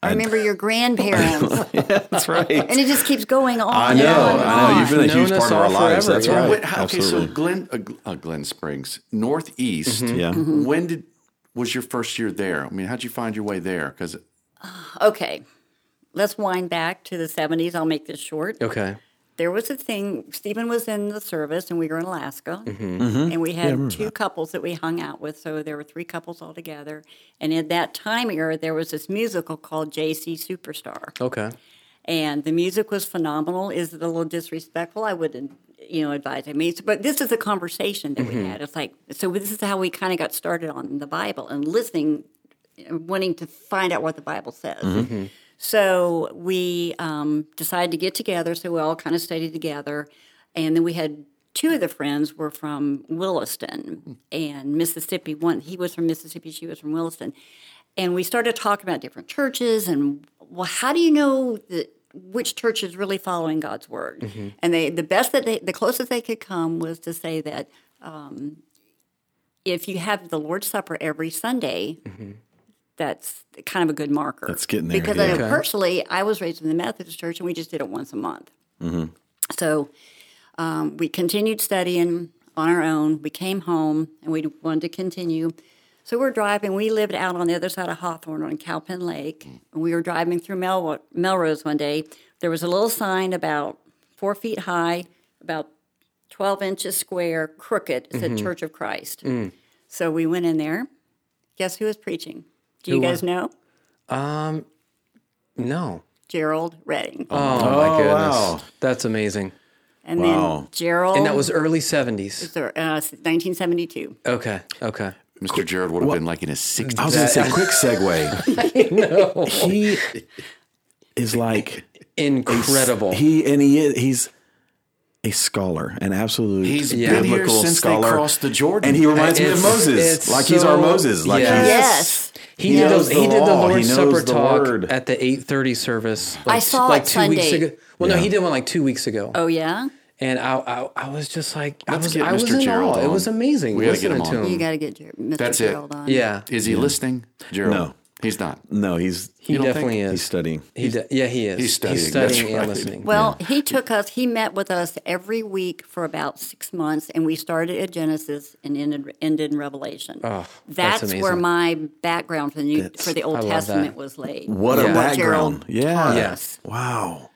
[SPEAKER 4] I remember your grandparents,
[SPEAKER 1] that's right.
[SPEAKER 4] and it just keeps going on.
[SPEAKER 1] I
[SPEAKER 4] and
[SPEAKER 1] know.
[SPEAKER 4] on and
[SPEAKER 1] I know. You've
[SPEAKER 4] on.
[SPEAKER 1] been a
[SPEAKER 2] Known
[SPEAKER 1] huge part
[SPEAKER 2] us
[SPEAKER 1] of our
[SPEAKER 2] all
[SPEAKER 1] lives.
[SPEAKER 2] forever,
[SPEAKER 1] That's
[SPEAKER 2] yeah.
[SPEAKER 1] right.
[SPEAKER 3] Wait, how, okay, so
[SPEAKER 1] Absolutely. Mm-hmm.
[SPEAKER 3] Glen, uh, Gl- uh, Glen Springs, Northeast.
[SPEAKER 1] Yeah.
[SPEAKER 2] Mm-hmm.
[SPEAKER 3] When did was your first year there? I mean, how'd you find your way there? Because
[SPEAKER 4] Okay, let's wind back to the '70s. I'll make this short.
[SPEAKER 2] Okay.
[SPEAKER 4] There was a thing. Stephen was in the service, and we were in Alaska,
[SPEAKER 1] Mm-hmm.
[SPEAKER 4] and we had two couples that we hung out with. So there were three couples all together. And at that time era, there was this musical called J.C. Superstar.
[SPEAKER 2] Okay.
[SPEAKER 4] and the music was phenomenal. Is it a little disrespectful? I wouldn't, you know, advise. I mean, it's- but this is a conversation that we had. It's like so. This is how we kind of got started on the Bible and listening, and wanting to find out what the Bible says. So we um, decided to get together. So we all kind of studied together, and then we had two of the friends were from Williston and Mississippi. One he was from Mississippi, she was from Williston, and we started talking about different churches and well, how do you know that which church is really following God's word? And they the best that they the closest they could come was to say that. Um, if you have the Lord's Supper every Sunday, that's kind of a good marker.
[SPEAKER 1] That's getting there,
[SPEAKER 4] Because
[SPEAKER 1] yeah.
[SPEAKER 4] I know personally, I was raised in the Methodist Church, and we just did it once a month.
[SPEAKER 1] Mm-hmm.
[SPEAKER 4] So um, we continued studying on our own. We came home, and we wanted to continue. So we're driving. We lived out on the other side of Hawthorne on Cowpen Lake. And we were driving through Mel- Melrose one day. There was a little sign about four feet high, about 12 inches square, crooked. It
[SPEAKER 2] Mm-hmm.
[SPEAKER 4] said Church of Christ.
[SPEAKER 2] Mm.
[SPEAKER 4] So we went in there. Guess who was preaching? Do you guys know?
[SPEAKER 2] No.
[SPEAKER 4] Gerald Redding.
[SPEAKER 2] Oh, my goodness.
[SPEAKER 1] wow.
[SPEAKER 2] That's amazing.
[SPEAKER 4] and
[SPEAKER 1] wow.
[SPEAKER 4] then Gerald.
[SPEAKER 2] And that was early 70s.
[SPEAKER 4] uh, 1972.
[SPEAKER 2] Okay. Okay.
[SPEAKER 3] Mr. Jared would have been like in his sixties.
[SPEAKER 1] I was going to say, quick segue. He is like
[SPEAKER 2] Incredible.
[SPEAKER 1] He and he is he's a scholar, an absolute
[SPEAKER 3] He's
[SPEAKER 1] biblical
[SPEAKER 3] been here since they
[SPEAKER 1] scholar.
[SPEAKER 3] crossed the Jordan.
[SPEAKER 1] and he reminds me of
[SPEAKER 2] It's-
[SPEAKER 1] Moses.
[SPEAKER 2] it's
[SPEAKER 1] Like he's our
[SPEAKER 2] so-
[SPEAKER 1] Moses. Like
[SPEAKER 2] yes.
[SPEAKER 1] he's-
[SPEAKER 4] Yes.
[SPEAKER 2] He, did,
[SPEAKER 1] knows
[SPEAKER 2] the,
[SPEAKER 1] the
[SPEAKER 2] he did the
[SPEAKER 1] law. He
[SPEAKER 2] Lord's
[SPEAKER 1] knows
[SPEAKER 2] Supper
[SPEAKER 1] the
[SPEAKER 2] talk
[SPEAKER 1] Word.
[SPEAKER 2] at the 8:30 service. Like,
[SPEAKER 4] saw
[SPEAKER 2] like
[SPEAKER 4] it
[SPEAKER 2] two weeks
[SPEAKER 4] Sunday.
[SPEAKER 2] ago. Well, no, he did one like two weeks ago.
[SPEAKER 4] Oh, yeah?
[SPEAKER 2] And I, I, I was just like, I
[SPEAKER 3] Let's
[SPEAKER 2] was,
[SPEAKER 3] get
[SPEAKER 2] I was
[SPEAKER 3] Mr.
[SPEAKER 2] in
[SPEAKER 3] Gerald
[SPEAKER 2] awe. It
[SPEAKER 3] on.
[SPEAKER 2] was amazing.
[SPEAKER 3] We gotta get him
[SPEAKER 2] listening
[SPEAKER 3] on.
[SPEAKER 2] to
[SPEAKER 4] You got to get Ger- Mr.
[SPEAKER 3] That's it.
[SPEAKER 4] Gerald on.
[SPEAKER 2] Um, Yeah.
[SPEAKER 3] Is he listening, Gerald?
[SPEAKER 1] No.
[SPEAKER 3] He's not.
[SPEAKER 1] No, he's
[SPEAKER 2] He
[SPEAKER 3] don't
[SPEAKER 2] definitely
[SPEAKER 3] think-
[SPEAKER 2] is.
[SPEAKER 1] he's studying.
[SPEAKER 2] He de- yeah, he is.
[SPEAKER 3] he's studying, that's
[SPEAKER 2] and
[SPEAKER 3] right.
[SPEAKER 2] listening.
[SPEAKER 4] Well, he took us, he met with us every week for about six months, and we started at Genesis and ended, ended in Revelation.
[SPEAKER 2] Oh, that's
[SPEAKER 4] that's
[SPEAKER 2] amazing.
[SPEAKER 4] where my background for the, New, for the
[SPEAKER 2] I
[SPEAKER 4] Old
[SPEAKER 2] love that.
[SPEAKER 4] Testament was laid.
[SPEAKER 1] What
[SPEAKER 4] Yeah.
[SPEAKER 1] a
[SPEAKER 4] Gerald
[SPEAKER 1] background. Yeah.
[SPEAKER 4] taught
[SPEAKER 2] Yeah.
[SPEAKER 4] us.
[SPEAKER 1] Wow.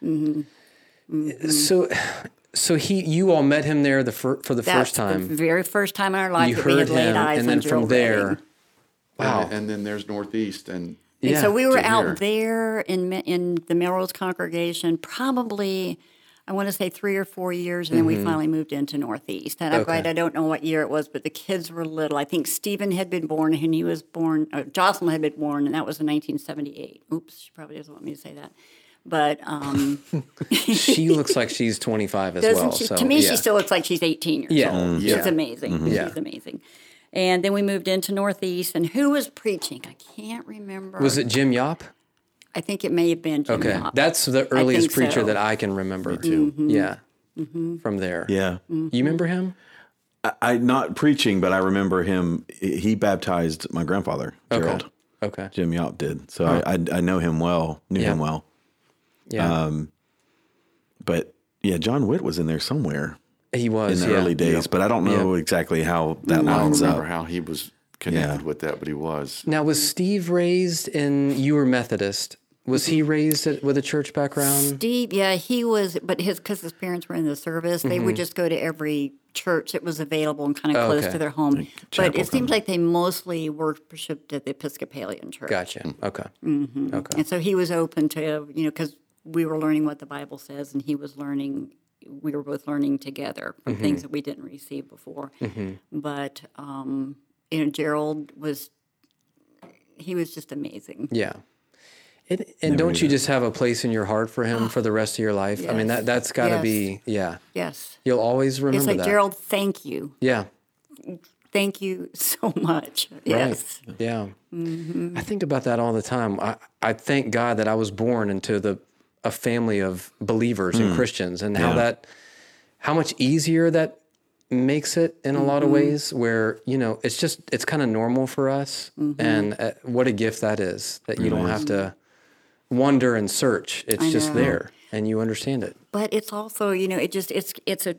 [SPEAKER 2] so, so he, you all met him there the fir- for the
[SPEAKER 4] That's
[SPEAKER 2] first time.
[SPEAKER 4] the very first time in our life
[SPEAKER 2] you
[SPEAKER 4] that we
[SPEAKER 2] heard
[SPEAKER 4] had laid
[SPEAKER 2] him,
[SPEAKER 4] eyes
[SPEAKER 2] and
[SPEAKER 4] on
[SPEAKER 2] then from
[SPEAKER 4] Gerald
[SPEAKER 2] there,
[SPEAKER 4] Redding.
[SPEAKER 2] wow,
[SPEAKER 3] And, and then there's Northeast, and
[SPEAKER 4] And
[SPEAKER 2] Yeah,
[SPEAKER 4] so we were
[SPEAKER 3] to
[SPEAKER 4] out there in Me- in the Melrose congregation, probably I want to say three or four years, and
[SPEAKER 2] Mm-hmm.
[SPEAKER 4] then we finally moved into Northeast. And I'm glad I don't know what year it was, but the kids were little. I think Stephen had been born, and he was born. Or Jocelyn had been born, and that was in 1978. Oops, she probably doesn't want me to say that, but um,
[SPEAKER 2] she looks like she's 25 as
[SPEAKER 4] doesn't
[SPEAKER 2] well.
[SPEAKER 4] she?
[SPEAKER 2] so,
[SPEAKER 4] to me,
[SPEAKER 2] yeah.
[SPEAKER 4] she still looks like she's 18 years
[SPEAKER 2] Yeah. Mm-hmm.
[SPEAKER 4] old.
[SPEAKER 2] Yeah.
[SPEAKER 4] She's amazing.
[SPEAKER 2] Yeah.
[SPEAKER 4] She's amazing. And then we moved into Northeast, and who was preaching? I can't remember.
[SPEAKER 2] was it Jim Yop?
[SPEAKER 4] I think it may have been Jim
[SPEAKER 2] Okay,
[SPEAKER 4] Yop.
[SPEAKER 2] that's the earliest
[SPEAKER 4] think
[SPEAKER 2] preacher
[SPEAKER 4] so. Mm-hmm.
[SPEAKER 2] that I can remember. too. Yeah, from there.
[SPEAKER 1] Mm-hmm. Yeah.
[SPEAKER 2] you remember him?
[SPEAKER 1] I, I not preaching, but I remember him. He baptized my grandfather, Gerald.
[SPEAKER 2] Okay.
[SPEAKER 1] Jim Yop did. So I, I I know him well, knew him well.
[SPEAKER 2] Yeah,
[SPEAKER 1] Um, But yeah, John Witt was in there somewhere
[SPEAKER 2] he was
[SPEAKER 1] in the
[SPEAKER 2] yeah.
[SPEAKER 1] early days, but I don't know exactly how that
[SPEAKER 3] Mm, I don't
[SPEAKER 1] lines
[SPEAKER 3] remember
[SPEAKER 1] up.
[SPEAKER 3] how he was connected with that, but he was.
[SPEAKER 2] Now, was Steve raised in? You were Methodist. Was he raised at, with a church background?
[SPEAKER 4] Steve, yeah, he was, but his because his parents were in the service, they would just go to every church that was available and kind of
[SPEAKER 2] Mm-hmm.
[SPEAKER 4] close
[SPEAKER 2] Oh, Okay.
[SPEAKER 4] to their home. but it seems like they mostly worshipped at the Episcopalian church,
[SPEAKER 2] Gotcha. Okay. Okay.
[SPEAKER 4] and so he was open to you know because we were learning what the Bible says, and he was learning. We were both learning together from
[SPEAKER 2] Mm-hmm.
[SPEAKER 4] things that we didn't receive before. But um, you know, Gerald was. He was just amazing.
[SPEAKER 2] Yeah. It, and don't you just have a place in your heart for him for the rest of your life? I mean, that,
[SPEAKER 4] Yes.
[SPEAKER 2] that's got to
[SPEAKER 4] Yes.
[SPEAKER 2] be, yeah.
[SPEAKER 4] Yes.
[SPEAKER 2] You'll always remember
[SPEAKER 4] It's like,
[SPEAKER 2] that.
[SPEAKER 4] Gerald, thank you.
[SPEAKER 2] Yeah.
[SPEAKER 4] Thank you so much. Yes.
[SPEAKER 2] Yeah. I think about that all the time. I, I thank God that I was born into the a family of believers and Christians and how that how much easier that makes it in a lot of ways where, you know, it's just it's kind of normal for us and uh, what a gift that is that you don't have to wonder and search. It's just there and you understand it.
[SPEAKER 4] But it's also, you know, it just it's it's a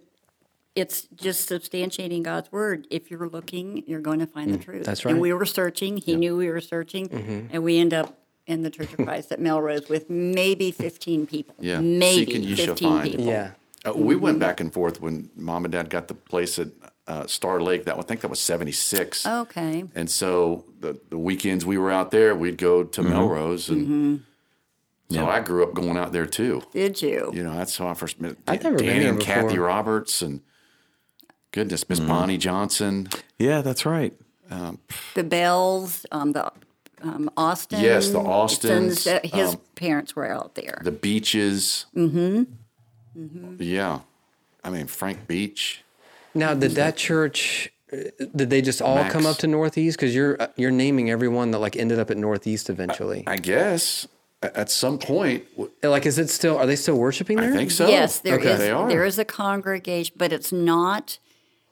[SPEAKER 4] it's just substantiating God's word. If you're looking, you're going to find the
[SPEAKER 3] Mm,
[SPEAKER 4] truth.
[SPEAKER 2] that's right.
[SPEAKER 4] And we were searching. He knew we were searching,
[SPEAKER 3] Mm-hmm.
[SPEAKER 4] and we end up in the Church of Christ at Melrose with maybe 15 people.
[SPEAKER 3] Yeah.
[SPEAKER 4] Maybe
[SPEAKER 3] Seek and ye shall
[SPEAKER 4] 15
[SPEAKER 3] find.
[SPEAKER 4] people.
[SPEAKER 2] Yeah.
[SPEAKER 3] Uh, we went back and forth when mom and dad got the place at uh, Star Lake. That I think that was '76.
[SPEAKER 4] Okay.
[SPEAKER 3] And so the, the weekends we were out there, we'd go
[SPEAKER 2] Mm-hmm.
[SPEAKER 3] to Melrose, and
[SPEAKER 4] Mm-hmm.
[SPEAKER 3] so I grew up going out there too.
[SPEAKER 4] Did you?
[SPEAKER 3] You know, that's how I first met
[SPEAKER 2] I've never been
[SPEAKER 3] Danny
[SPEAKER 2] there
[SPEAKER 3] and Kathy
[SPEAKER 2] before. Mm-hmm.
[SPEAKER 3] Roberts, and goodness, Miss Bonnie Johnson.
[SPEAKER 1] Yeah, that's right.
[SPEAKER 4] The Bells, um, the um, Austin.
[SPEAKER 3] Yes, the Austins,
[SPEAKER 4] His
[SPEAKER 3] um,
[SPEAKER 4] parents were out there.
[SPEAKER 3] the beaches. Mm-hmm. Yeah, I mean Frank Beach.
[SPEAKER 2] Now, did that church? uh, Did they just all come up
[SPEAKER 3] Max.
[SPEAKER 2] to Northeast? Because you're uh, you're naming everyone that like ended up at Northeast eventually.
[SPEAKER 3] I guess a- at some point, w-
[SPEAKER 2] like, is it still? Are they still worshiping
[SPEAKER 3] I
[SPEAKER 2] there?
[SPEAKER 3] think so.
[SPEAKER 4] Yes, there is.
[SPEAKER 2] Okay.
[SPEAKER 3] Oh, They are.
[SPEAKER 4] There is a congregation, but it's not.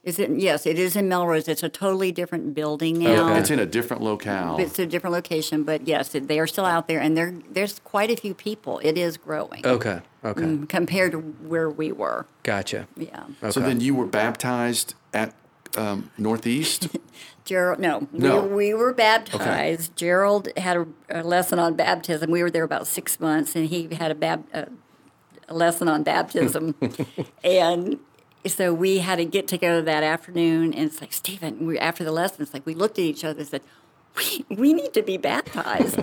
[SPEAKER 4] Is it? Yes, it is in Melrose. It's a totally different building now.
[SPEAKER 2] Okay.
[SPEAKER 3] It's in a different locale.
[SPEAKER 4] It's a different location, but yes, it- they are still out there, and there there's quite a few people. It is growing
[SPEAKER 2] Okay. Okay.
[SPEAKER 4] compared to where we were.
[SPEAKER 2] Gotcha.
[SPEAKER 4] Mm. Yeah,
[SPEAKER 3] So then you were baptized at um, Northeast.
[SPEAKER 4] Gerald. No,
[SPEAKER 3] No.
[SPEAKER 4] We, we were baptized. Gerald had a, a lesson on baptism. We were there about six months, and he had a, bab, a, a lesson on baptism, and so we had to get together that afternoon. And it's like Stephen, we, after the lesson, it's like we looked at each other and said, "We we need to be baptized."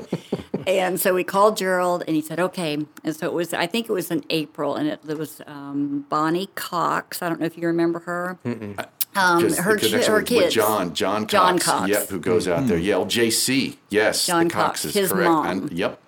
[SPEAKER 4] and so we called Gerald, and he said, "Okay." And so it was. I think it was in April, and it, it was um, Bonnie Cox. I don't know if you remember her. Um,
[SPEAKER 3] 'Cause
[SPEAKER 4] her,
[SPEAKER 3] the
[SPEAKER 4] chi-
[SPEAKER 3] connection
[SPEAKER 4] her
[SPEAKER 3] with-
[SPEAKER 4] kids.
[SPEAKER 3] With John, John Cox.
[SPEAKER 4] John Cox. Mm-hmm.
[SPEAKER 3] Yep, who goes out there. Yeah, well, JC. Yes,
[SPEAKER 4] John
[SPEAKER 3] the Cox,
[SPEAKER 4] Cox,
[SPEAKER 3] is
[SPEAKER 4] his
[SPEAKER 3] correct.
[SPEAKER 4] mom.
[SPEAKER 3] And- yep.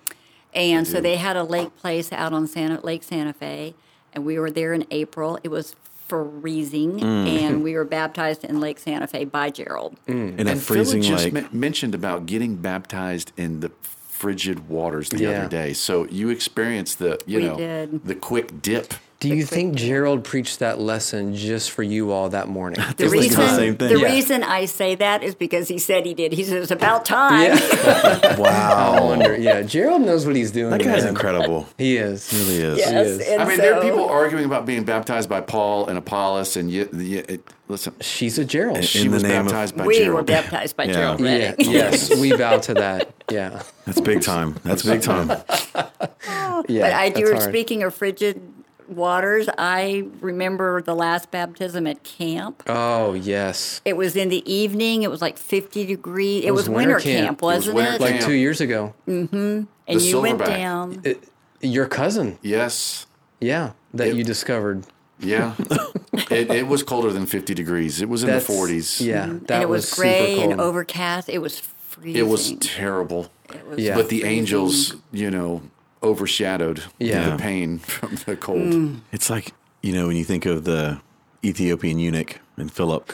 [SPEAKER 4] And so they had a lake place out on Santa Lake Santa Fe, and we were there in April. It was freezing, and we were baptized in Lake Santa Fe by Gerald.
[SPEAKER 1] In a
[SPEAKER 3] Mm. And
[SPEAKER 1] freezing
[SPEAKER 3] Philip just
[SPEAKER 1] lake.
[SPEAKER 3] men- mentioned about getting baptized in the frigid waters the
[SPEAKER 2] Yeah.
[SPEAKER 3] other day. So you experienced the, you
[SPEAKER 4] We
[SPEAKER 3] know,
[SPEAKER 4] did.
[SPEAKER 3] the quick dip.
[SPEAKER 2] Do you think Gerald preached that lesson just for you all that morning?
[SPEAKER 4] The
[SPEAKER 1] Just thinking the
[SPEAKER 4] reason,
[SPEAKER 1] same thing.
[SPEAKER 4] the
[SPEAKER 1] Yeah.
[SPEAKER 4] reason I say that is because he said he did. He said it's about time.
[SPEAKER 2] wow. I wonder. Yeah, Gerald knows what he's doing.
[SPEAKER 1] That guy's
[SPEAKER 2] man.
[SPEAKER 1] incredible.
[SPEAKER 2] He is.
[SPEAKER 1] He is.
[SPEAKER 4] Yes,
[SPEAKER 2] is.
[SPEAKER 4] and
[SPEAKER 3] I mean, there are
[SPEAKER 4] so-
[SPEAKER 3] people arguing about being baptized by Paul and Apollos, and you, you, it, listen,
[SPEAKER 2] She's a Gerald.
[SPEAKER 3] she
[SPEAKER 1] the
[SPEAKER 3] was
[SPEAKER 1] name of-
[SPEAKER 3] baptized by
[SPEAKER 4] we were
[SPEAKER 3] Gerald.
[SPEAKER 4] baptized by
[SPEAKER 1] Yeah.
[SPEAKER 4] Gerald
[SPEAKER 1] Yeah.
[SPEAKER 2] Yeah,
[SPEAKER 4] Reddick.
[SPEAKER 2] yes, we bow to that. Yeah.
[SPEAKER 1] That's big time. That's big time.
[SPEAKER 2] Yeah.
[SPEAKER 4] But I do.
[SPEAKER 2] that's hard.
[SPEAKER 4] Speaking of frigid waters, I remember the last baptism at camp.
[SPEAKER 2] Oh, yes.
[SPEAKER 4] It was in the evening. It was like 50 degrees. It,
[SPEAKER 2] was
[SPEAKER 4] was,
[SPEAKER 2] winter
[SPEAKER 4] winter
[SPEAKER 2] camp. It
[SPEAKER 4] camp,
[SPEAKER 3] was
[SPEAKER 4] wasn't it?
[SPEAKER 3] winter
[SPEAKER 2] Like
[SPEAKER 3] Damn.
[SPEAKER 2] two years ago.
[SPEAKER 4] and
[SPEAKER 3] The
[SPEAKER 4] you went
[SPEAKER 3] silverback.
[SPEAKER 4] down.
[SPEAKER 2] Your cousin.
[SPEAKER 3] Yes.
[SPEAKER 2] Yeah. That you discovered.
[SPEAKER 3] Yeah. it, it was colder than 50 degrees. It was in
[SPEAKER 2] That's,
[SPEAKER 3] the Mm-hmm. 40s.
[SPEAKER 2] Yeah. That
[SPEAKER 4] and it was,
[SPEAKER 2] was
[SPEAKER 4] gray
[SPEAKER 2] super cold.
[SPEAKER 4] and overcast. It was freezing.
[SPEAKER 3] It was terrible.
[SPEAKER 2] Yeah.
[SPEAKER 3] But the angels, you know, overshadowed
[SPEAKER 2] Yeah.
[SPEAKER 3] the pain from the cold.
[SPEAKER 4] Mm.
[SPEAKER 1] It's like, you know, when you think of the Ethiopian eunuch and Philip,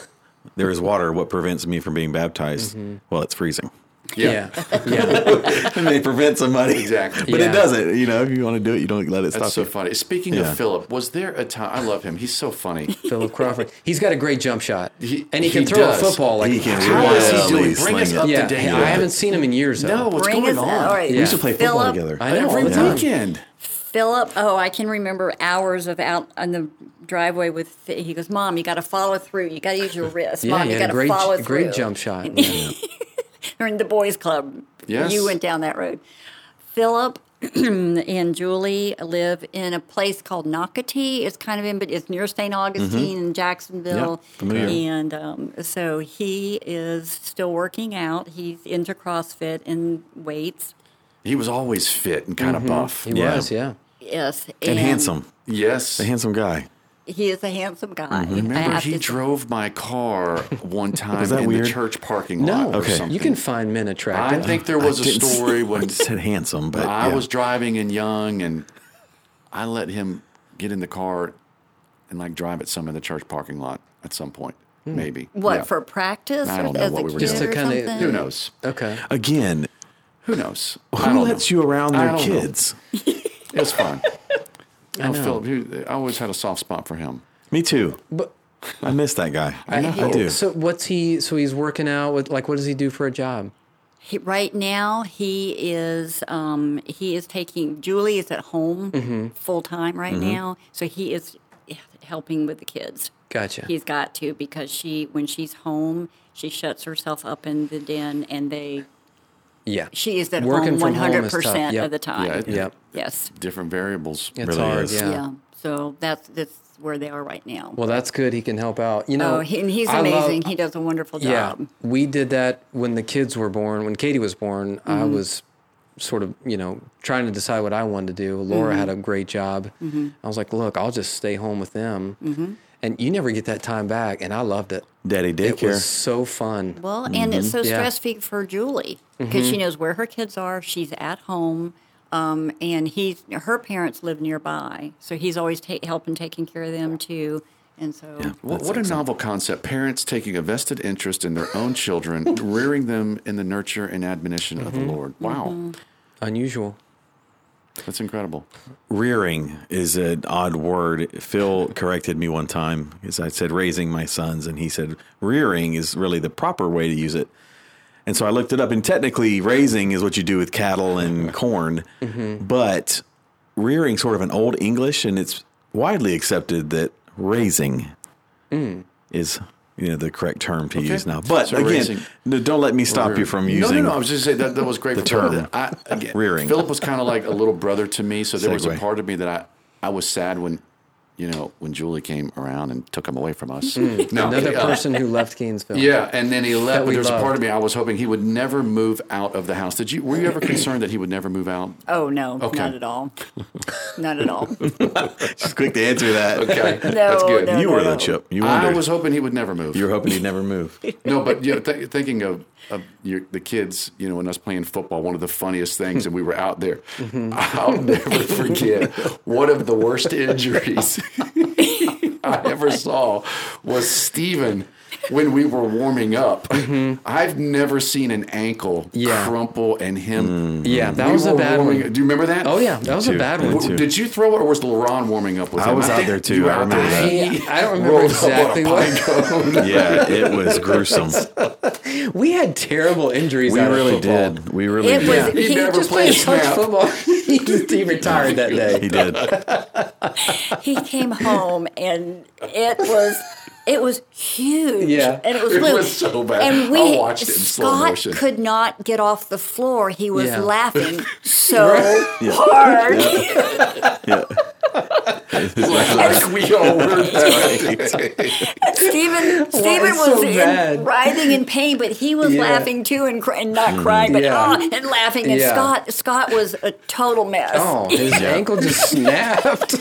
[SPEAKER 1] there is water. What prevents me from being baptized?
[SPEAKER 3] Mm-hmm.
[SPEAKER 1] Well, it's freezing.
[SPEAKER 2] yeah. Yeah.
[SPEAKER 1] and they prevent somebody.
[SPEAKER 3] Exactly.
[SPEAKER 1] But
[SPEAKER 2] Yeah.
[SPEAKER 1] it doesn't. You know, if you want to do it, you don't let it
[SPEAKER 3] That's
[SPEAKER 1] stop
[SPEAKER 3] so
[SPEAKER 1] you.
[SPEAKER 3] funny. Speaking
[SPEAKER 1] Yeah.
[SPEAKER 3] of Philip, was there a time? I love him. He's so funny.
[SPEAKER 2] Philip Crawford. He's got a great jump shot,
[SPEAKER 3] He-
[SPEAKER 2] and he can
[SPEAKER 3] he
[SPEAKER 2] throw
[SPEAKER 3] does.
[SPEAKER 2] a football like
[SPEAKER 1] He can
[SPEAKER 3] How is he
[SPEAKER 1] really
[SPEAKER 3] doing? Bring us
[SPEAKER 1] sling
[SPEAKER 3] up
[SPEAKER 1] it.
[SPEAKER 2] Yeah,
[SPEAKER 3] to date.
[SPEAKER 2] I haven't seen him in years. Though.
[SPEAKER 3] No, what's
[SPEAKER 4] Bring
[SPEAKER 3] going
[SPEAKER 4] us-
[SPEAKER 3] on?
[SPEAKER 4] all right.
[SPEAKER 2] Yeah.
[SPEAKER 1] We used to play football
[SPEAKER 4] Philip-
[SPEAKER 1] together.
[SPEAKER 2] I know.
[SPEAKER 3] Every
[SPEAKER 2] all the time.
[SPEAKER 3] weekend.
[SPEAKER 4] Philip, oh, I can remember hours of out on the driveway with. He goes, "Mom, you got to follow through. You got to use your wrist.
[SPEAKER 2] Yeah,
[SPEAKER 4] Mom,
[SPEAKER 2] he
[SPEAKER 4] you
[SPEAKER 2] had
[SPEAKER 4] got
[SPEAKER 2] a
[SPEAKER 4] to
[SPEAKER 2] great,
[SPEAKER 4] follow through."
[SPEAKER 2] great jump shot. Yeah.
[SPEAKER 4] Or in the boys' club.
[SPEAKER 3] Yes.
[SPEAKER 4] you went down that road. Philip and Julie live in a place called Nocatee. It's kind of in, but it's near St. Augustine
[SPEAKER 3] Mm-hmm.
[SPEAKER 4] in Jacksonville.
[SPEAKER 1] Yeah, familiar.
[SPEAKER 4] And um, so he is still working out. He's into CrossFit and weights.
[SPEAKER 3] He was always fit and kind of buff.
[SPEAKER 2] Mm-hmm. He
[SPEAKER 1] Yeah.
[SPEAKER 2] was, yeah.
[SPEAKER 4] Yes,
[SPEAKER 1] And handsome.
[SPEAKER 3] Yes.
[SPEAKER 1] A handsome guy.
[SPEAKER 4] He is a handsome guy. I
[SPEAKER 3] Mm-hmm. Remember,
[SPEAKER 4] have
[SPEAKER 3] he
[SPEAKER 4] to-
[SPEAKER 3] drove my car one time
[SPEAKER 1] that
[SPEAKER 3] in
[SPEAKER 1] weird?
[SPEAKER 3] the church parking
[SPEAKER 2] No,
[SPEAKER 3] lot. or
[SPEAKER 1] Okay.
[SPEAKER 3] something.
[SPEAKER 2] you can find men attractive.
[SPEAKER 3] I think there was
[SPEAKER 1] I
[SPEAKER 3] a
[SPEAKER 1] didn't-
[SPEAKER 3] story when
[SPEAKER 1] I said handsome, but
[SPEAKER 3] I
[SPEAKER 1] yeah.
[SPEAKER 3] was driving and young, and I let him get in the car and like drive at some in the church parking lot at some point, maybe.
[SPEAKER 4] What
[SPEAKER 3] Yeah.
[SPEAKER 4] for practice?
[SPEAKER 3] I
[SPEAKER 4] or
[SPEAKER 3] don't know
[SPEAKER 4] as
[SPEAKER 3] what
[SPEAKER 4] a
[SPEAKER 3] we were
[SPEAKER 4] kid
[SPEAKER 2] doing. Just to
[SPEAKER 4] or
[SPEAKER 2] kinda-
[SPEAKER 4] something?
[SPEAKER 3] Who knows?
[SPEAKER 2] okay.
[SPEAKER 1] again.
[SPEAKER 3] Who knows? I
[SPEAKER 1] Who
[SPEAKER 3] don't
[SPEAKER 1] lets
[SPEAKER 3] know.
[SPEAKER 1] you around
[SPEAKER 3] I
[SPEAKER 1] their
[SPEAKER 3] don't know.
[SPEAKER 1] kids?
[SPEAKER 3] It was fun. I
[SPEAKER 2] know.
[SPEAKER 3] Philip, he- I always had a soft spot for him.
[SPEAKER 1] Me too.
[SPEAKER 2] But
[SPEAKER 1] I miss that guy. I, do.
[SPEAKER 2] so what's he? So he's working out. With, like, what does he do for a job?
[SPEAKER 4] He- right now, he is um, he is taking Julie is at home
[SPEAKER 2] Mm-hmm.
[SPEAKER 4] full time right now, so he is helping with the kids.
[SPEAKER 2] Gotcha.
[SPEAKER 4] He's got to because she when she's home, she shuts herself up in the den, and they
[SPEAKER 2] yeah.
[SPEAKER 4] she is at
[SPEAKER 2] Working
[SPEAKER 4] home
[SPEAKER 2] from
[SPEAKER 4] one
[SPEAKER 2] home
[SPEAKER 4] hundred
[SPEAKER 2] is tough.
[SPEAKER 4] percent
[SPEAKER 2] Yep.
[SPEAKER 4] of the time.
[SPEAKER 3] Yeah, it-
[SPEAKER 2] Yep.
[SPEAKER 4] Yes.
[SPEAKER 3] Different variables.
[SPEAKER 2] It's
[SPEAKER 1] Really
[SPEAKER 2] hard.
[SPEAKER 1] is.
[SPEAKER 2] Yeah.
[SPEAKER 4] Yeah. So that's that's where they are right now.
[SPEAKER 2] Well, that's good. He can help out. You know,
[SPEAKER 4] oh, he, and he's
[SPEAKER 2] I love-
[SPEAKER 4] amazing. he does a wonderful
[SPEAKER 2] Yeah,
[SPEAKER 4] job.
[SPEAKER 2] Um, we did that when the kids were born. When Katie was born, I
[SPEAKER 3] Mm-hmm.
[SPEAKER 2] was sort of, you know, trying to decide what I wanted to do. Laura
[SPEAKER 3] Mm-hmm.
[SPEAKER 2] had a great job. I was like, look, I'll just stay home with them.
[SPEAKER 3] Mm-hmm.
[SPEAKER 2] And you never get that time back. And I loved it.
[SPEAKER 1] Daddy
[SPEAKER 2] It
[SPEAKER 1] daycare.
[SPEAKER 2] was so fun.
[SPEAKER 4] Well, and it's so
[SPEAKER 3] Mm-hmm.
[SPEAKER 2] Yeah.
[SPEAKER 4] stress free for Julie because she knows where her kids are. She's at home, um, and he's her parents live nearby, so he's always ta- helping taking care of them too. And so,
[SPEAKER 3] What, what a novel concept. Parents taking a vested interest in their own children, rearing them in the nurture and admonition of the Lord. Wow.
[SPEAKER 4] Mm-hmm.
[SPEAKER 2] Unusual.
[SPEAKER 3] That's incredible.
[SPEAKER 1] Rearing is an odd word. Phil corrected me one time because I said raising my sons, and he said rearing is really the proper way to use it. And so I looked it up, and technically, raising is what you do with cattle
[SPEAKER 3] Mm-hmm.
[SPEAKER 1] and corn, but rearing sort of an old English, and it's widely accepted that raising is you know the correct term to use now. But
[SPEAKER 3] Mm. So raising-
[SPEAKER 1] again, no, don't let me stop you from using.
[SPEAKER 3] No, no, no. I was just saying that, that was great. The
[SPEAKER 1] term.
[SPEAKER 3] I, again,
[SPEAKER 1] Rearing.
[SPEAKER 3] Philip was kind of like a little brother to me, so there was a
[SPEAKER 1] Segue.
[SPEAKER 3] part of me that I, I was sad when, you know, when Julie came around and took him away from us. No,
[SPEAKER 2] Hmm. Another
[SPEAKER 3] yeah.
[SPEAKER 2] person who left Gainesville.
[SPEAKER 3] Yeah, and then he left. But
[SPEAKER 2] we
[SPEAKER 3] there was a part
[SPEAKER 2] loved.
[SPEAKER 3] of me I was hoping he would never move out of the house. Did you? Were you ever concerned that he would never move out?
[SPEAKER 4] oh no,
[SPEAKER 3] Okay.
[SPEAKER 4] not at all, not at all.
[SPEAKER 1] She's quick to answer that.
[SPEAKER 3] Okay,
[SPEAKER 4] No,
[SPEAKER 3] that's good.
[SPEAKER 4] no,
[SPEAKER 1] You were
[SPEAKER 4] no.
[SPEAKER 1] the chip. You
[SPEAKER 3] I
[SPEAKER 1] wondered.
[SPEAKER 3] was hoping he would never move.
[SPEAKER 1] you were hoping he'd never move.
[SPEAKER 3] No, but you know, th- thinking of, of your, the kids, you know, and us playing football, one of the funniest things, and we were out there.
[SPEAKER 1] Mm-hmm.
[SPEAKER 3] I'll never forget one of the worst injuries I ever saw was Steven when we were warming up.
[SPEAKER 1] Mm-hmm.
[SPEAKER 3] I've never seen an ankle
[SPEAKER 2] Yeah.
[SPEAKER 3] crumple and
[SPEAKER 1] Mm.
[SPEAKER 3] him.
[SPEAKER 2] Yeah, that
[SPEAKER 3] We
[SPEAKER 2] was a
[SPEAKER 3] were
[SPEAKER 2] bad
[SPEAKER 3] warming-
[SPEAKER 2] one.
[SPEAKER 3] Do you remember that?
[SPEAKER 2] Oh yeah, that was a
[SPEAKER 1] too.
[SPEAKER 2] bad
[SPEAKER 1] Me
[SPEAKER 2] one.
[SPEAKER 1] too.
[SPEAKER 3] Did you throw it, or was LeBron warming up with
[SPEAKER 1] I
[SPEAKER 3] him?
[SPEAKER 1] was out
[SPEAKER 3] think
[SPEAKER 1] there, too.
[SPEAKER 3] you were
[SPEAKER 1] I
[SPEAKER 3] out
[SPEAKER 1] remember
[SPEAKER 3] there.
[SPEAKER 1] that.
[SPEAKER 2] I, I don't remember
[SPEAKER 3] Rolled up on a
[SPEAKER 2] exactly what.
[SPEAKER 1] yeah, it was gruesome.
[SPEAKER 2] We had terrible injuries.
[SPEAKER 1] We
[SPEAKER 2] out of
[SPEAKER 1] really
[SPEAKER 2] football.
[SPEAKER 1] did. We really
[SPEAKER 4] It
[SPEAKER 1] did.
[SPEAKER 4] was-
[SPEAKER 3] He,
[SPEAKER 4] He
[SPEAKER 3] never
[SPEAKER 4] just
[SPEAKER 3] played a
[SPEAKER 2] He touched
[SPEAKER 3] snap.
[SPEAKER 2] football. he, just- he retired that day.
[SPEAKER 1] He did.
[SPEAKER 4] he came home and it was it was huge.
[SPEAKER 2] Yeah.
[SPEAKER 4] and it was
[SPEAKER 3] It
[SPEAKER 4] blue.
[SPEAKER 3] was so bad.
[SPEAKER 4] And we
[SPEAKER 3] I watched it in slow
[SPEAKER 4] Scott
[SPEAKER 3] motion.
[SPEAKER 4] could not get off the floor. He was
[SPEAKER 2] Yeah.
[SPEAKER 4] laughing so hard.
[SPEAKER 3] like we all were that day.
[SPEAKER 4] Stephen Stephen
[SPEAKER 2] it's so
[SPEAKER 4] was in,
[SPEAKER 2] bad?
[SPEAKER 4] writhing in pain, but he was
[SPEAKER 2] Yeah.
[SPEAKER 4] laughing too and, cr- and not crying, but
[SPEAKER 2] Yeah.
[SPEAKER 4] ah, and laughing. And
[SPEAKER 2] Yeah.
[SPEAKER 4] Scott Scott was a total mess.
[SPEAKER 2] Oh, his ankle just snapped.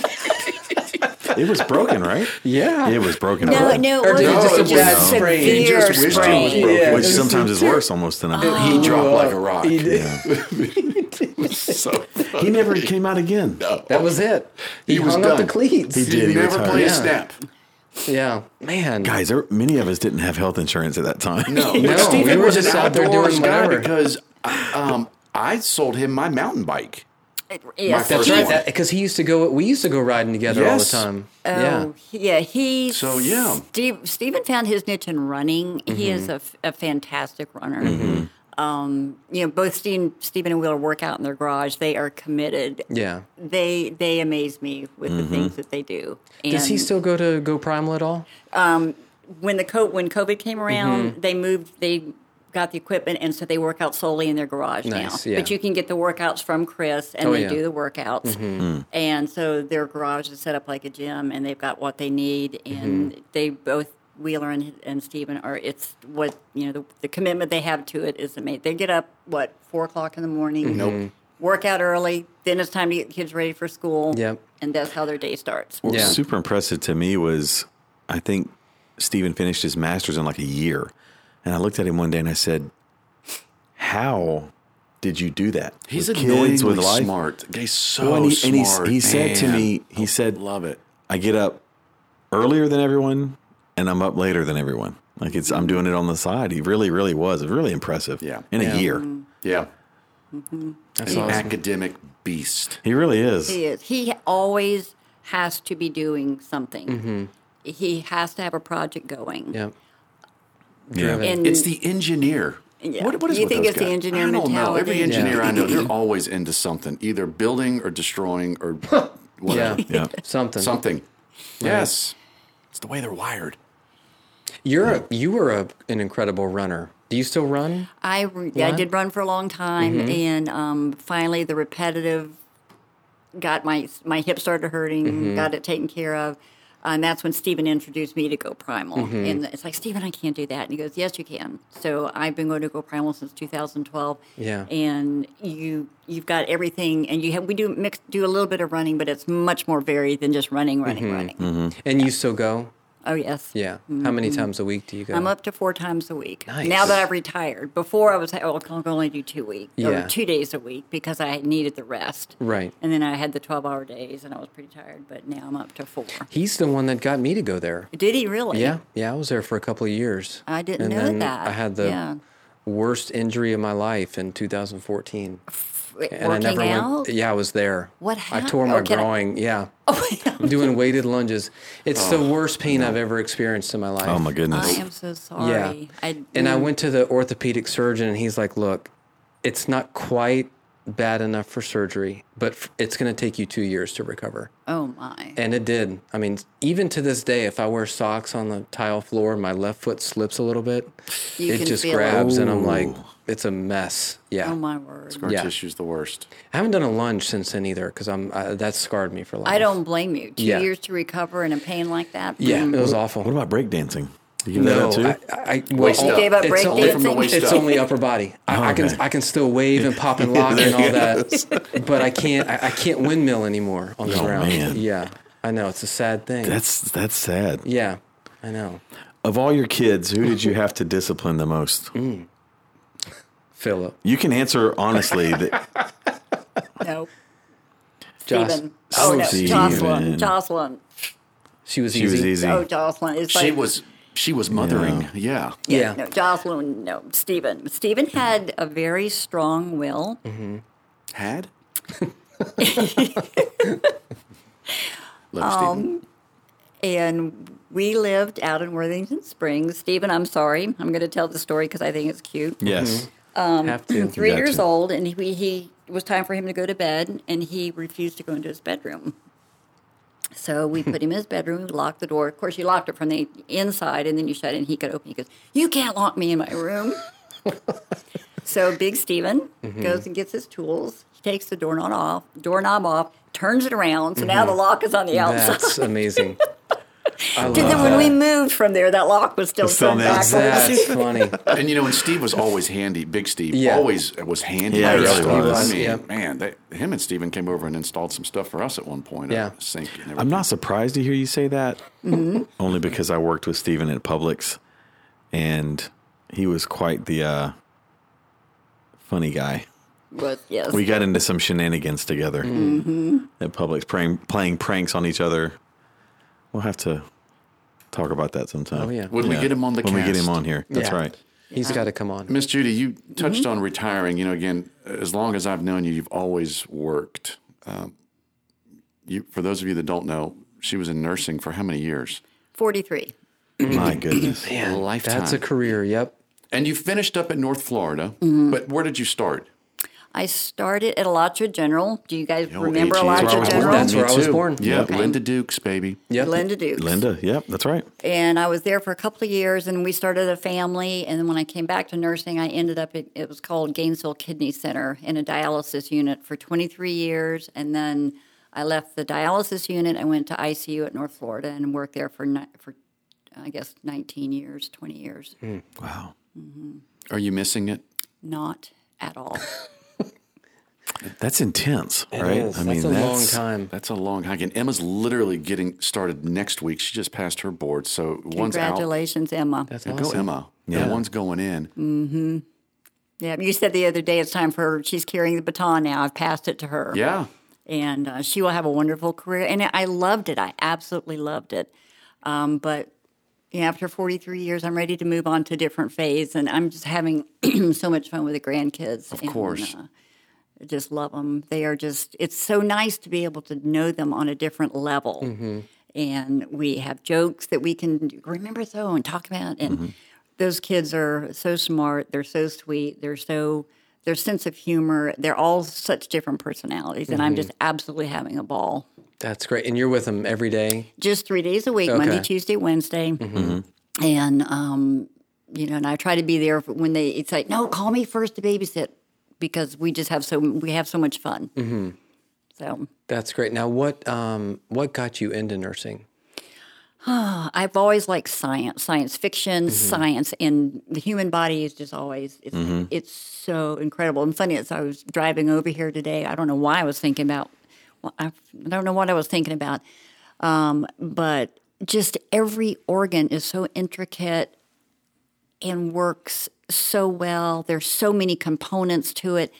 [SPEAKER 1] It was broken, right?
[SPEAKER 2] yeah.
[SPEAKER 1] It was broken.
[SPEAKER 4] no,
[SPEAKER 1] broken.
[SPEAKER 4] no,
[SPEAKER 2] Or
[SPEAKER 4] it
[SPEAKER 2] did
[SPEAKER 4] wasn't
[SPEAKER 2] it
[SPEAKER 4] just,
[SPEAKER 2] just a bad sprain?
[SPEAKER 4] severe
[SPEAKER 2] He
[SPEAKER 3] just wished he was
[SPEAKER 4] sprain.
[SPEAKER 3] broken.
[SPEAKER 1] Which
[SPEAKER 2] It's
[SPEAKER 1] sometimes is
[SPEAKER 2] ter-
[SPEAKER 1] worse almost than a
[SPEAKER 3] He dropped like a rock.
[SPEAKER 2] He did.
[SPEAKER 3] So
[SPEAKER 1] He never came out again.
[SPEAKER 2] That was it. He,
[SPEAKER 3] was
[SPEAKER 2] hung up
[SPEAKER 3] done.
[SPEAKER 2] the cleats.
[SPEAKER 1] He
[SPEAKER 3] he
[SPEAKER 1] did.
[SPEAKER 3] never
[SPEAKER 1] retired.
[SPEAKER 3] played a
[SPEAKER 2] Yeah.
[SPEAKER 3] snap.
[SPEAKER 2] Yeah, man.
[SPEAKER 1] Guys, there, many of us didn't have health insurance at that time.
[SPEAKER 3] No,
[SPEAKER 2] No,
[SPEAKER 3] but Stephen
[SPEAKER 2] we were
[SPEAKER 3] was
[SPEAKER 2] just
[SPEAKER 3] an
[SPEAKER 2] out there doing
[SPEAKER 3] outdoors guy
[SPEAKER 2] whatever.
[SPEAKER 3] because um, I sold him my mountain bike.
[SPEAKER 4] Yes,
[SPEAKER 3] My
[SPEAKER 2] That's
[SPEAKER 3] first
[SPEAKER 4] he-
[SPEAKER 3] one.
[SPEAKER 2] right. Because he used to go. We used to go riding together
[SPEAKER 3] Yes.
[SPEAKER 2] all the time.
[SPEAKER 4] Oh, yeah. He
[SPEAKER 3] So, yeah.
[SPEAKER 4] Steve, Stephen found his niche in running. He is a, f- a fantastic runner. Um, you know, both Steve, Stephen and Wheeler work out in their garage. They are committed.
[SPEAKER 2] Yeah. Yeah.
[SPEAKER 4] They they amaze me with the things that they do. And
[SPEAKER 2] Does he still go to Go Primal at all?
[SPEAKER 4] when the co- when COVID
[SPEAKER 2] Mm-hmm.
[SPEAKER 4] came around, they moved. They got the equipment, and so they work out solely in their garage
[SPEAKER 2] Nice,
[SPEAKER 4] now.
[SPEAKER 2] yeah.
[SPEAKER 4] But you can get the workouts from Chris, and
[SPEAKER 2] Oh,
[SPEAKER 4] they
[SPEAKER 2] yeah. Mm-hmm.
[SPEAKER 4] do the workouts. And so their garage is set up like a gym, and they've got what they need. And
[SPEAKER 2] Mm-hmm.
[SPEAKER 4] they both Wheeler and, and Stephen are. It's what you know. The, the commitment they have to it is amazing. They get up what four o'clock in the morning.
[SPEAKER 2] Mm-hmm.
[SPEAKER 4] Nope. Work out early, then it's time to get kids ready for school.
[SPEAKER 2] Yep.
[SPEAKER 4] And that's how their day starts.
[SPEAKER 1] What was
[SPEAKER 2] Yeah.
[SPEAKER 1] super impressive to me was I think Steven finished his master's in like a year. And I looked at him one day and I said, How did you do that?
[SPEAKER 3] He's
[SPEAKER 1] With
[SPEAKER 3] annoyingly smart. He's so
[SPEAKER 1] Well, and he,
[SPEAKER 3] smart.
[SPEAKER 1] and he, he said to
[SPEAKER 3] man.
[SPEAKER 1] me, He said,
[SPEAKER 3] "Love it."
[SPEAKER 1] I get up earlier than everyone and I'm up later than everyone. Like it's, I'm doing it on the side. He really, really was. It was really impressive.
[SPEAKER 3] Yeah.
[SPEAKER 1] In
[SPEAKER 2] Yeah.
[SPEAKER 1] a year.
[SPEAKER 4] Mm.
[SPEAKER 3] Yeah,
[SPEAKER 2] That's
[SPEAKER 3] an
[SPEAKER 2] awesome.
[SPEAKER 3] academic beast.
[SPEAKER 1] He really is.
[SPEAKER 4] He is. He always has to be doing something. He has to have a project going.
[SPEAKER 2] Yep.
[SPEAKER 1] Yeah.
[SPEAKER 2] Driven.
[SPEAKER 4] And
[SPEAKER 3] It's the engineer.
[SPEAKER 4] Yeah.
[SPEAKER 3] What, what is
[SPEAKER 4] You
[SPEAKER 3] with
[SPEAKER 4] think
[SPEAKER 3] those
[SPEAKER 4] it's the
[SPEAKER 3] guys?
[SPEAKER 4] engineer
[SPEAKER 3] I don't know.
[SPEAKER 4] mentality.
[SPEAKER 3] Every
[SPEAKER 4] Yeah.
[SPEAKER 3] engineer I know, they're always into something, either building or destroying or
[SPEAKER 2] yeah.
[SPEAKER 3] whatever.
[SPEAKER 1] Yeah.
[SPEAKER 2] Something.
[SPEAKER 3] Something. Yes, it's the way they're wired.
[SPEAKER 2] You're a, you were a, an incredible runner. Do you still run?
[SPEAKER 4] I, re- yeah, I did run for a long time, and um, finally the repetitive got my my hip started hurting. Got it taken care of. And that's when Stephen introduced me to Go Primal. And it's like, Stephen, I can't do that. And he goes, Yes, you can. So I've been going to Go Primal since 2012.
[SPEAKER 2] Yeah.
[SPEAKER 4] And you you've got everything and you have we do mix do a little bit of running, but it's much more varied than just running, running, running.
[SPEAKER 2] And you still go?
[SPEAKER 4] Oh yes.
[SPEAKER 2] Yeah. How many times a week do you go?
[SPEAKER 4] Mm-hmm. I'm up to four times a week now
[SPEAKER 2] Nice.
[SPEAKER 4] that I've retired. Before I was oh, I can only do two week
[SPEAKER 2] Yeah.
[SPEAKER 4] or two days a week because I needed the rest.
[SPEAKER 2] Right.
[SPEAKER 4] And then I had the 12 hour days and I was pretty tired. But now I'm up to four.
[SPEAKER 2] He's the one that got me to go there.
[SPEAKER 4] Did he really?
[SPEAKER 2] Yeah. Yeah. I was there for a couple of years.
[SPEAKER 4] I didn't
[SPEAKER 2] and
[SPEAKER 4] know
[SPEAKER 2] then
[SPEAKER 4] that.
[SPEAKER 2] I had the
[SPEAKER 4] Yeah.
[SPEAKER 2] worst injury of my life in 2014.
[SPEAKER 4] W-
[SPEAKER 2] And
[SPEAKER 4] Working
[SPEAKER 2] I never
[SPEAKER 4] out.
[SPEAKER 2] went. Yeah, I was there.
[SPEAKER 4] What
[SPEAKER 2] I
[SPEAKER 4] hap-
[SPEAKER 2] tore my
[SPEAKER 4] oh, can I-
[SPEAKER 2] groin. Yeah.
[SPEAKER 4] Oh,
[SPEAKER 2] Doing weighted lunges. It's the worst pain I've ever experienced in my life.
[SPEAKER 1] Oh my
[SPEAKER 4] I
[SPEAKER 1] goodness.
[SPEAKER 4] am so sorry. I,
[SPEAKER 2] and I went to the orthopedic surgeon, and he's like, "Look, it's not quite bad enough for surgery, but f- it's going to take you two years to recover."
[SPEAKER 4] Oh my.
[SPEAKER 2] And it did. I mean, even to this day, if I wear socks on the tile floor, and my left foot slips a little bit.
[SPEAKER 4] You
[SPEAKER 2] it
[SPEAKER 4] can
[SPEAKER 2] just
[SPEAKER 4] feel it.
[SPEAKER 2] grabs, and I'm like, "It's a mess." Yeah.
[SPEAKER 4] Oh my word.
[SPEAKER 3] Our
[SPEAKER 2] Yeah.
[SPEAKER 3] tissue's the worst.
[SPEAKER 2] I haven't done a lunge since then either, because I'm I, that scarred me for life.
[SPEAKER 4] I don't blame you. Two
[SPEAKER 2] Yeah.
[SPEAKER 4] years to recover in a pain like that. Mm,
[SPEAKER 2] Yeah, it was awful.
[SPEAKER 1] What about breakdancing? You give
[SPEAKER 2] No,
[SPEAKER 1] that up too?
[SPEAKER 2] I, I, well,
[SPEAKER 3] Waist You up. gave
[SPEAKER 4] up
[SPEAKER 2] it's
[SPEAKER 4] breakdancing?
[SPEAKER 2] only-
[SPEAKER 4] From the waist
[SPEAKER 2] It's
[SPEAKER 3] up.
[SPEAKER 2] only upper body. I, I can
[SPEAKER 1] Oh, Okay.
[SPEAKER 2] I can still wave and pop and lock and all that, but I can't I, I can't windmill anymore on the
[SPEAKER 1] Oh,
[SPEAKER 2] ground.
[SPEAKER 1] man.
[SPEAKER 2] Yeah, I know it's a sad thing.
[SPEAKER 1] That's that's sad.
[SPEAKER 2] yeah, I know.
[SPEAKER 1] Of all your kids, who did you have to discipline the most?
[SPEAKER 3] Mm.
[SPEAKER 2] Philip,
[SPEAKER 1] You can answer honestly. That,
[SPEAKER 4] No.
[SPEAKER 2] Joss,
[SPEAKER 4] Stephen. Oh no.
[SPEAKER 1] Stephen.
[SPEAKER 4] Jocelyn. Jocelyn.
[SPEAKER 2] she was
[SPEAKER 1] She was
[SPEAKER 2] easy.
[SPEAKER 1] easy.
[SPEAKER 4] Oh, Jocelyn. It's
[SPEAKER 3] She
[SPEAKER 4] like-
[SPEAKER 3] was She was mothering. Yeah.
[SPEAKER 2] Yeah.
[SPEAKER 4] No, Jocelyn, no, Stephen. Stephen had a very strong will.
[SPEAKER 3] Had? Love
[SPEAKER 2] Um,
[SPEAKER 3] Stephen.
[SPEAKER 4] And we lived out in Worthington Springs. Stephen, I'm sorry. I'm going to tell the story because I think it's cute.
[SPEAKER 3] Mm-hmm.
[SPEAKER 1] Yes.
[SPEAKER 2] Have to.
[SPEAKER 4] Mm. Three
[SPEAKER 1] Gotcha.
[SPEAKER 4] years old, and he, he it was time for him to go to bed, and he refused to go into his bedroom. So we put him in his bedroom, we locked the door. Of course, you locked it from the inside, and then you shut it, and he could open. He goes, You can't lock me in my room. so Big Steven
[SPEAKER 1] Mm-hmm.
[SPEAKER 4] goes and gets his tools. He takes the doorknob off, doorknob off, turns it around. So now the
[SPEAKER 1] Mm-hmm.
[SPEAKER 4] lock is on the outside.
[SPEAKER 2] That's amazing. I
[SPEAKER 4] And then
[SPEAKER 2] love
[SPEAKER 4] when we
[SPEAKER 2] that.
[SPEAKER 4] moved from there, that lock was still
[SPEAKER 1] It's still
[SPEAKER 4] turned
[SPEAKER 1] there.
[SPEAKER 4] backwards.
[SPEAKER 2] That's funny.
[SPEAKER 3] And you know, and Steve was always handy. Big Steve
[SPEAKER 2] Yeah.
[SPEAKER 3] always was handy.
[SPEAKER 1] Yeah, he
[SPEAKER 3] with
[SPEAKER 1] really
[SPEAKER 3] stuff.
[SPEAKER 1] was.
[SPEAKER 3] I mean,
[SPEAKER 2] Yeah.
[SPEAKER 3] man, they, him and Steven came over and installed some stuff for us at one point.
[SPEAKER 2] Yeah.
[SPEAKER 3] A sink and everything.
[SPEAKER 1] I'm not surprised to hear you say that, only because I worked with Steven at Publix, and he was quite the uh, funny guy.
[SPEAKER 4] Was- yes.
[SPEAKER 1] We got into some shenanigans together at Publix, playing, playing pranks on each other. We'll have to talk about that sometime.
[SPEAKER 2] Oh, yeah.
[SPEAKER 3] When we get him on the
[SPEAKER 1] when we get him
[SPEAKER 3] cast.
[SPEAKER 1] on here. That's
[SPEAKER 2] Yeah.
[SPEAKER 1] right.
[SPEAKER 2] He's got to come on.
[SPEAKER 3] Miss Judy, you touched
[SPEAKER 4] Mm-hmm.
[SPEAKER 3] on retiring. You know, again, as long as I've known you, you've always worked. Um, you, for those of you that don't know, she was in nursing for how many years?
[SPEAKER 4] 43.
[SPEAKER 1] My goodness.
[SPEAKER 2] Man,
[SPEAKER 3] lifetime.
[SPEAKER 2] That's a career. Yep.
[SPEAKER 3] And you finished up at North Florida,
[SPEAKER 4] Mm-hmm.
[SPEAKER 3] but where did you start?
[SPEAKER 4] I started at Alatra General. Do you guys
[SPEAKER 3] Oh,
[SPEAKER 4] remember
[SPEAKER 3] AGS. That's where I
[SPEAKER 4] Alatra
[SPEAKER 3] was
[SPEAKER 4] General?
[SPEAKER 3] born.
[SPEAKER 2] That's
[SPEAKER 3] Me
[SPEAKER 2] where I was
[SPEAKER 3] too.
[SPEAKER 2] born.
[SPEAKER 3] Yeah,
[SPEAKER 4] Okay.
[SPEAKER 3] Linda Dukes, baby.
[SPEAKER 2] Yep.
[SPEAKER 4] Linda Dukes.
[SPEAKER 1] Linda. Yep, that's right.
[SPEAKER 4] And I was there for a couple of years and we started a family. And then when I came back to nursing, I ended up, at, it was called Gainesville Kidney Center in a dialysis unit for 23 years. And then I left the dialysis unit. I went to ICU at North Florida and worked there for, ni- for I guess, 19 years, 20 years.
[SPEAKER 1] Wow.
[SPEAKER 3] Are you missing it?
[SPEAKER 4] Not at all.
[SPEAKER 1] That's intense, right?
[SPEAKER 2] It is. that's a long time.
[SPEAKER 3] That's a long hike. And Emma's literally getting started next week. She just passed her board. So one's out.
[SPEAKER 4] Congratulations, Mm. Emma.
[SPEAKER 2] That's
[SPEAKER 3] Go,
[SPEAKER 2] awesome.
[SPEAKER 3] Emma. Yeah. one's going in.
[SPEAKER 4] Yeah, you said the other day it's time for her. She's carrying the baton now. I've passed it to her.
[SPEAKER 3] Yeah.
[SPEAKER 4] and uh, she will have a wonderful career. And I loved it. I absolutely loved it. Um, but you know, after 43 years, I'm ready to move on to a different phase, and I'm just having so much fun with the grandkids. Of
[SPEAKER 3] course.
[SPEAKER 4] uh, I just love them. They are just. It's so nice to be able to know them on a different level. And we have jokes that we can remember so and talk about. And those kids are so smart. They're so sweet. They're so their sense of humor. They're all such different personalities, and I'm just absolutely having a ball
[SPEAKER 2] That's great. And you're with him every day.
[SPEAKER 4] just three days a week monday
[SPEAKER 2] Okay.
[SPEAKER 4] tuesday wednesday and um, you know and i try to be there when they it's like no call me first to babysit because we just have so we have so much fun so
[SPEAKER 2] That's great. Now, what um, what got you into nursing?
[SPEAKER 4] I've always liked science, science fiction, science, and the human body is just always it's, it's so incredible. And funny, as I was driving over here today, I don't know why I was thinking about, well, I I don't know what I was thinking about, um, but just every organ is so intricate and works so well. There's so many components to it